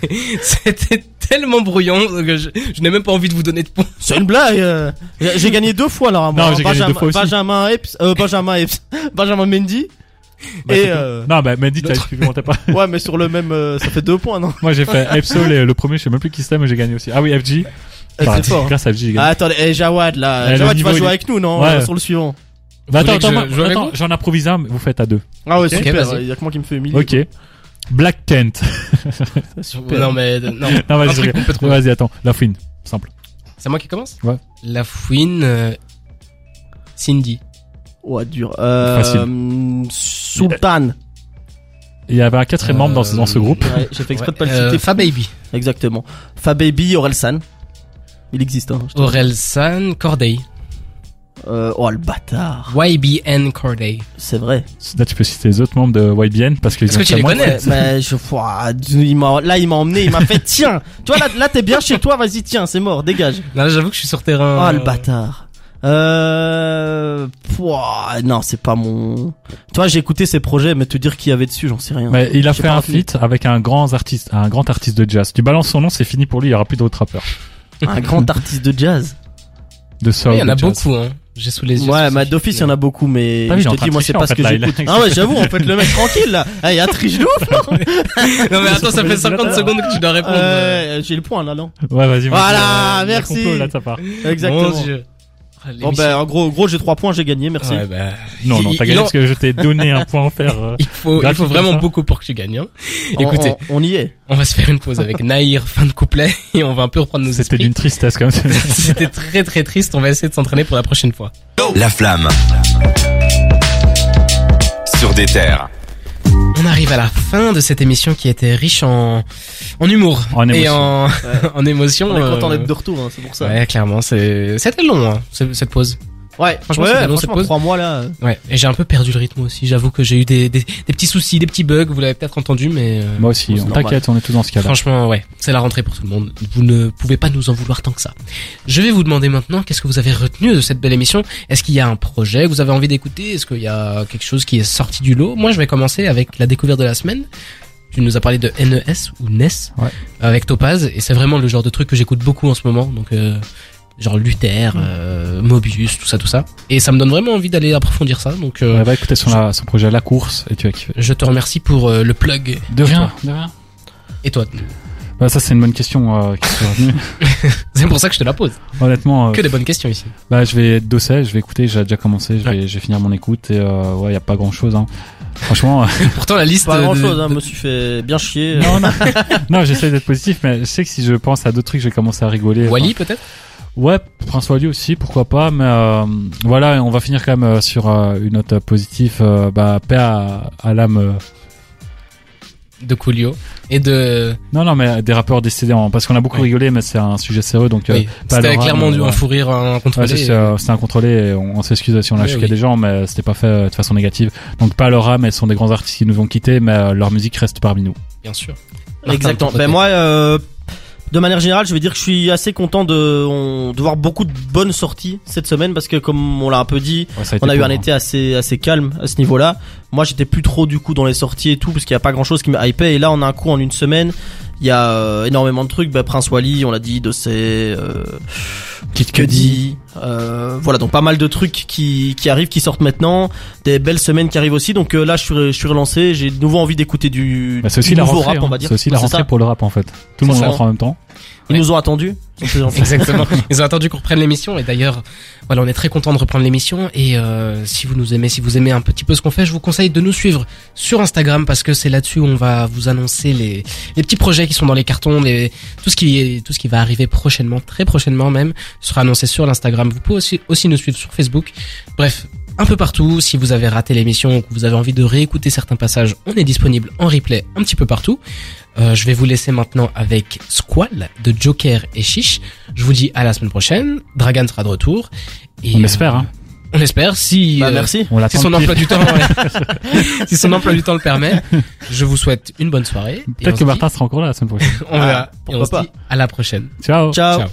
Speaker 2: c'était tellement brouillon que je, je n'ai même pas envie de vous donner de points.
Speaker 3: C'est une blague. euh. J'ai j'ai gagné deux fois là.
Speaker 4: Non, j'ai gagné deux fois aussi.
Speaker 3: Benjamin Epps, euh, Benjamin Epps, Benjamin Mendy.
Speaker 4: Bah,
Speaker 3: et
Speaker 4: c'est-
Speaker 3: euh,
Speaker 4: Non, bah, Mandy, t'as
Speaker 2: l'autre-
Speaker 4: tu commentais pas.
Speaker 3: ouais, mais sur le même, euh, ça fait deux points, non
Speaker 4: Moi, j'ai fait Epsol et le premier, je sais même plus qui c'était, mais j'ai gagné aussi. Ah oui, FG.
Speaker 3: Eh,
Speaker 4: Enfin,
Speaker 3: C'est fort.
Speaker 4: Grâce à FG, j'ai
Speaker 3: Ah,
Speaker 4: gagné.
Speaker 3: attendez, eh, Jawad là,
Speaker 4: Eh, le
Speaker 3: Jawad tu
Speaker 4: niveau,
Speaker 3: vas
Speaker 4: il
Speaker 3: jouer
Speaker 4: est-
Speaker 3: avec nous, non
Speaker 4: Ouais.
Speaker 3: euh, Sur le suivant.
Speaker 4: Bah, attends,
Speaker 2: voulez que
Speaker 4: attends,
Speaker 2: je
Speaker 4: moi-
Speaker 2: joue avec
Speaker 4: attends,
Speaker 2: vous
Speaker 4: j'en improvise un, mais vous faites à deux.
Speaker 3: Ah
Speaker 2: Ok,
Speaker 3: ouais, super.
Speaker 2: vas-y.
Speaker 3: Il y a que moi qui me fait humilier.
Speaker 4: Ok. Black Kent.
Speaker 3: Super.
Speaker 2: Non mais euh, non.
Speaker 4: Non,
Speaker 2: Un
Speaker 4: vas-y, je
Speaker 2: truc
Speaker 4: rigole.
Speaker 2: qu'on peut trouver.
Speaker 4: Vas-y, attends. La fouine. Simple.
Speaker 2: C'est moi qui commence.
Speaker 4: Ouais.
Speaker 2: La fouine. euh, Cindy.
Speaker 3: Ouais, dur. Euh,
Speaker 4: Facile.
Speaker 3: hum, Sultan.
Speaker 4: Il y avait un quatrième membre dans ce, dans ce groupe.
Speaker 3: Ouais, j'ai fait exprès de pas
Speaker 2: Euh, Ouais,
Speaker 3: le
Speaker 2: euh,
Speaker 3: citer.
Speaker 2: Fababy.
Speaker 3: Exactement. Fababy, Orelsan. Il existe, hein. je te-
Speaker 2: Orelsan Corday.
Speaker 3: Euh, oh, le bâtard.
Speaker 2: YBN Corday.
Speaker 3: C'est vrai.
Speaker 4: Là, tu peux citer les autres membres de YBN parce qu'ils
Speaker 2: Est-ce
Speaker 4: ont
Speaker 2: que tu les
Speaker 4: tellement-
Speaker 2: connais
Speaker 3: Mais je, ouah, il m'a- là, il m'a emmené, il m'a fait, tiens, tu vois, là, là t'es bien chez toi, vas-y, tiens, c'est mort, dégage.
Speaker 2: Là, j'avoue que je suis sur terrain.
Speaker 3: Ah, le
Speaker 2: euh,
Speaker 3: bâtard. Euh, pouah, non, c'est pas mon. Toi, j'ai écouté ses projets, mais te dire qu'il y avait dessus, j'en sais rien.
Speaker 4: Mais il a
Speaker 3: J'ai
Speaker 4: fait
Speaker 3: pas
Speaker 4: un
Speaker 3: retenu.
Speaker 4: feat avec un grand artiste, un grand artiste de jazz. Tu balances son nom, c'est fini pour lui. Il y aura plus d'autres rappeurs
Speaker 3: Un grand artiste de jazz.
Speaker 4: de soul.
Speaker 2: oui, Il y en a
Speaker 4: de jazz.
Speaker 2: beaucoup, hein. J'ai sous les yeux.
Speaker 3: Ouais,
Speaker 2: ce
Speaker 3: mais
Speaker 2: que
Speaker 3: d'office, il
Speaker 2: je-
Speaker 3: y en a beaucoup, mais
Speaker 4: Ah oui, il est
Speaker 3: je
Speaker 4: en
Speaker 3: te
Speaker 4: train
Speaker 3: dis,
Speaker 4: de
Speaker 3: moi,
Speaker 4: tricher,
Speaker 3: c'est
Speaker 4: en
Speaker 3: pas ce
Speaker 4: fait,
Speaker 3: que
Speaker 4: là, il a-
Speaker 3: j'écoute. Ah ouais, j'avoue, en fait, le mec tranquille, là. Ah, il y a un triche de ouf, non?
Speaker 2: Non, mais attends, ça fait 50 secondes que tu dois répondre.
Speaker 3: Euh, j'ai le point, là, non?
Speaker 4: Ouais, vas-y.
Speaker 3: Voilà,
Speaker 4: vas-y, euh,
Speaker 3: merci.
Speaker 4: la complot, là, de sa part.
Speaker 3: Exactement.
Speaker 2: Mon Dieu. Ah,
Speaker 3: Bon,
Speaker 2: l'émission-
Speaker 3: ben, en gros, en gros, j'ai trois points, j'ai gagné, merci.
Speaker 2: Ouais, bah,
Speaker 4: Non, non,
Speaker 2: il-
Speaker 4: t'as
Speaker 2: il
Speaker 4: gagné
Speaker 2: en-
Speaker 4: parce que je t'ai donné un point en fer. euh.
Speaker 2: Il faut, il
Speaker 4: Grâce
Speaker 2: faut
Speaker 4: à
Speaker 2: vraiment
Speaker 4: ça.
Speaker 2: beaucoup pour que tu gagnes. hein.
Speaker 3: On-
Speaker 2: Écoutez,
Speaker 3: on, on y est.
Speaker 2: on va se faire une pause avec Naïr, fin de couplet, et on va un peu reprendre nos
Speaker 4: C'était
Speaker 2: esprits.
Speaker 4: d'une tristesse quand même.
Speaker 2: C'était très très triste, on va essayer de s'entraîner pour la prochaine fois.
Speaker 9: La flamme. Sur des terres.
Speaker 2: On arrive arrive à la fin de cette émission qui était riche en, en humour
Speaker 4: En
Speaker 2: et
Speaker 4: émotion.
Speaker 2: en,
Speaker 3: Ouais.
Speaker 2: en émotion.
Speaker 3: On est content
Speaker 2: euh,
Speaker 3: d'être de retour, hein, c'est pour ça.
Speaker 2: Ouais, clairement, c'est- c'était long, hein, ce- cette pause.
Speaker 3: Ouais,
Speaker 2: franchement,
Speaker 3: ouais,
Speaker 2: c'est bien, on se
Speaker 3: franchement,
Speaker 2: pose.
Speaker 3: trois mois là. euh,
Speaker 2: Ouais, et j'ai un peu perdu le rythme aussi. J'avoue que j'ai eu des, des, des petits soucis, des petits bugs. Vous l'avez peut-être entendu, mais euh,
Speaker 4: Moi aussi, hein.
Speaker 3: C'est
Speaker 4: on
Speaker 3: normal.
Speaker 4: t'inquiète, on est tous dans ce cas-là.
Speaker 2: franchement, ouais, c'est la rentrée pour tout le monde. Vous ne pouvez pas nous en vouloir tant que ça. Je vais vous demander maintenant, qu'est-ce que vous avez retenu de cette belle émission Est-ce qu'il y a un projet que vous avez envie d'écouter Est-ce qu'il y a quelque chose qui est sorti du lot Moi, je vais commencer avec la découverte de la semaine. Tu nous as parlé de NES ou NES
Speaker 4: Ouais.
Speaker 2: avec Topaz, et c'est vraiment le genre de truc que j'écoute beaucoup en ce moment. Donc euh, genre Luther,
Speaker 4: Mm.
Speaker 2: euh, Mobius, tout ça, tout ça. Et ça me donne vraiment envie d'aller approfondir ça. Donc euh,
Speaker 4: Ouais, va écouter son, la- son projet La Course et tu vas kiffer.
Speaker 2: Je te remercie pour euh, le plug.
Speaker 4: De rien, de rien.
Speaker 2: Et toi
Speaker 4: Bah, ça, c'est une bonne question euh, qui s'est revenue.
Speaker 2: C'est pour ça que je te la pose.
Speaker 4: Honnêtement, euh,
Speaker 2: Que des bonnes questions ici.
Speaker 4: bah, je vais être dossé, je vais écouter, j'ai déjà commencé, je vais, je vais finir mon écoute et euh, ouais, y a pas grand chose. Hein. Franchement, euh,
Speaker 2: Pourtant, la liste.
Speaker 3: Pas
Speaker 2: de-
Speaker 3: grand chose, hein,
Speaker 2: de-
Speaker 3: me suis fait bien chier.
Speaker 4: non, non, non j'essaie d'être positif, mais je sais que si je pense à d'autres trucs, je vais commencer à rigoler.
Speaker 2: Wally, peut-être
Speaker 4: Ouais, Prince Wally aussi, pourquoi pas, mais euh, voilà, on va finir quand même euh, sur euh, une note euh, positive, euh, bah, paix à, à l'âme. euh.
Speaker 2: De Coolio. Et de.
Speaker 4: Non, non, mais des rappeurs décédés, en- parce qu'on a beaucoup
Speaker 2: Oui.
Speaker 4: rigolé, mais c'est un sujet sérieux, donc euh,
Speaker 2: oui.
Speaker 4: pas
Speaker 2: C'était
Speaker 4: Laura,
Speaker 2: clairement
Speaker 4: mais
Speaker 2: dû
Speaker 4: ouais.
Speaker 2: en fou rire un contre
Speaker 4: Ouais, c'est euh, c'était incontrôlé et on, on s'excuse si on a
Speaker 2: Oui,
Speaker 4: choqué
Speaker 2: oui.
Speaker 4: des gens, mais c'était pas fait euh, de façon négative. Donc pas à leur âme, elles sont des grands artistes qui nous ont quittés, mais euh, leur musique reste parmi nous.
Speaker 2: Bien sûr.
Speaker 3: Exactement.
Speaker 2: Martin, de ton
Speaker 3: Ben
Speaker 2: côté.
Speaker 3: moi, euh, de manière générale, je veux dire que je suis assez content de, on- de voir beaucoup de bonnes sorties cette semaine parce que comme on l'a un peu dit,
Speaker 4: Ouais, ça
Speaker 3: on a eu
Speaker 4: pour,
Speaker 3: un
Speaker 4: hein.
Speaker 3: été assez assez calme à ce niveau-là. Moi, j'étais plus trop du coup dans les sorties et tout parce qu'il y a pas grand-chose qui me hypait et là on a un coup en une semaine. Il y a euh, énormément de trucs, Ben, Prince Wally, on l'a dit, de ses euh,
Speaker 4: Kid Cudi.
Speaker 3: Cudi, euh, voilà donc pas mal de trucs qui, qui arrivent, qui sortent maintenant, des belles semaines qui arrivent aussi. Donc euh, là, je suis je suis relancé, j'ai de nouveau envie d'écouter du,
Speaker 4: Bah, c'est aussi
Speaker 3: du
Speaker 4: la
Speaker 3: nouveau
Speaker 4: rentrée,
Speaker 3: rap, on va
Speaker 4: hein.
Speaker 3: dire.
Speaker 4: C'est aussi la
Speaker 3: Ouais, c'est
Speaker 4: rentrée
Speaker 3: ça.
Speaker 4: pour le rap en fait. Tout le monde
Speaker 2: ça.
Speaker 4: rentre en même temps.
Speaker 3: Ils
Speaker 2: Ouais.
Speaker 3: nous ont attendus. ils sont très gentils.
Speaker 2: Exactement. Ils ont attendu qu'on reprenne l'émission et d'ailleurs, voilà, on est très content de reprendre l'émission et euh, si vous nous aimez, si vous aimez un petit peu ce qu'on fait, je vous conseille de nous suivre sur Instagram parce que c'est là-dessus où on va vous annoncer les, les petits projets qui sont dans les cartons, les, tout ce qui est, tout ce qui va arriver prochainement, très prochainement même, sera annoncé sur l'Instagram. Vous pouvez aussi, aussi nous suivre sur Facebook. Bref. Un peu partout, si vous avez raté l'émission ou que vous avez envie de réécouter certains passages, on est disponible en replay un petit peu partout. Euh, je vais vous laisser maintenant avec Squall de Joker et Chiche. Je vous dis à la semaine prochaine. Dragan sera de retour. Et,
Speaker 4: On espère, hein.
Speaker 2: euh, on espère si,
Speaker 3: Bah,
Speaker 2: euh,
Speaker 3: merci.
Speaker 4: On
Speaker 2: si
Speaker 4: l'attend.
Speaker 2: son
Speaker 4: depuis-
Speaker 2: emploi du temps, ouais. si son emploi du temps le permet. Je vous souhaite une bonne soirée. Et on
Speaker 4: Peut-être
Speaker 2: se
Speaker 4: que
Speaker 2: dit-
Speaker 4: Martin sera encore là la semaine prochaine.
Speaker 2: on verra. Et
Speaker 3: pourquoi
Speaker 2: on se
Speaker 3: pas.
Speaker 2: dit à la prochaine.
Speaker 4: Ciao.
Speaker 3: Ciao.
Speaker 2: Ciao.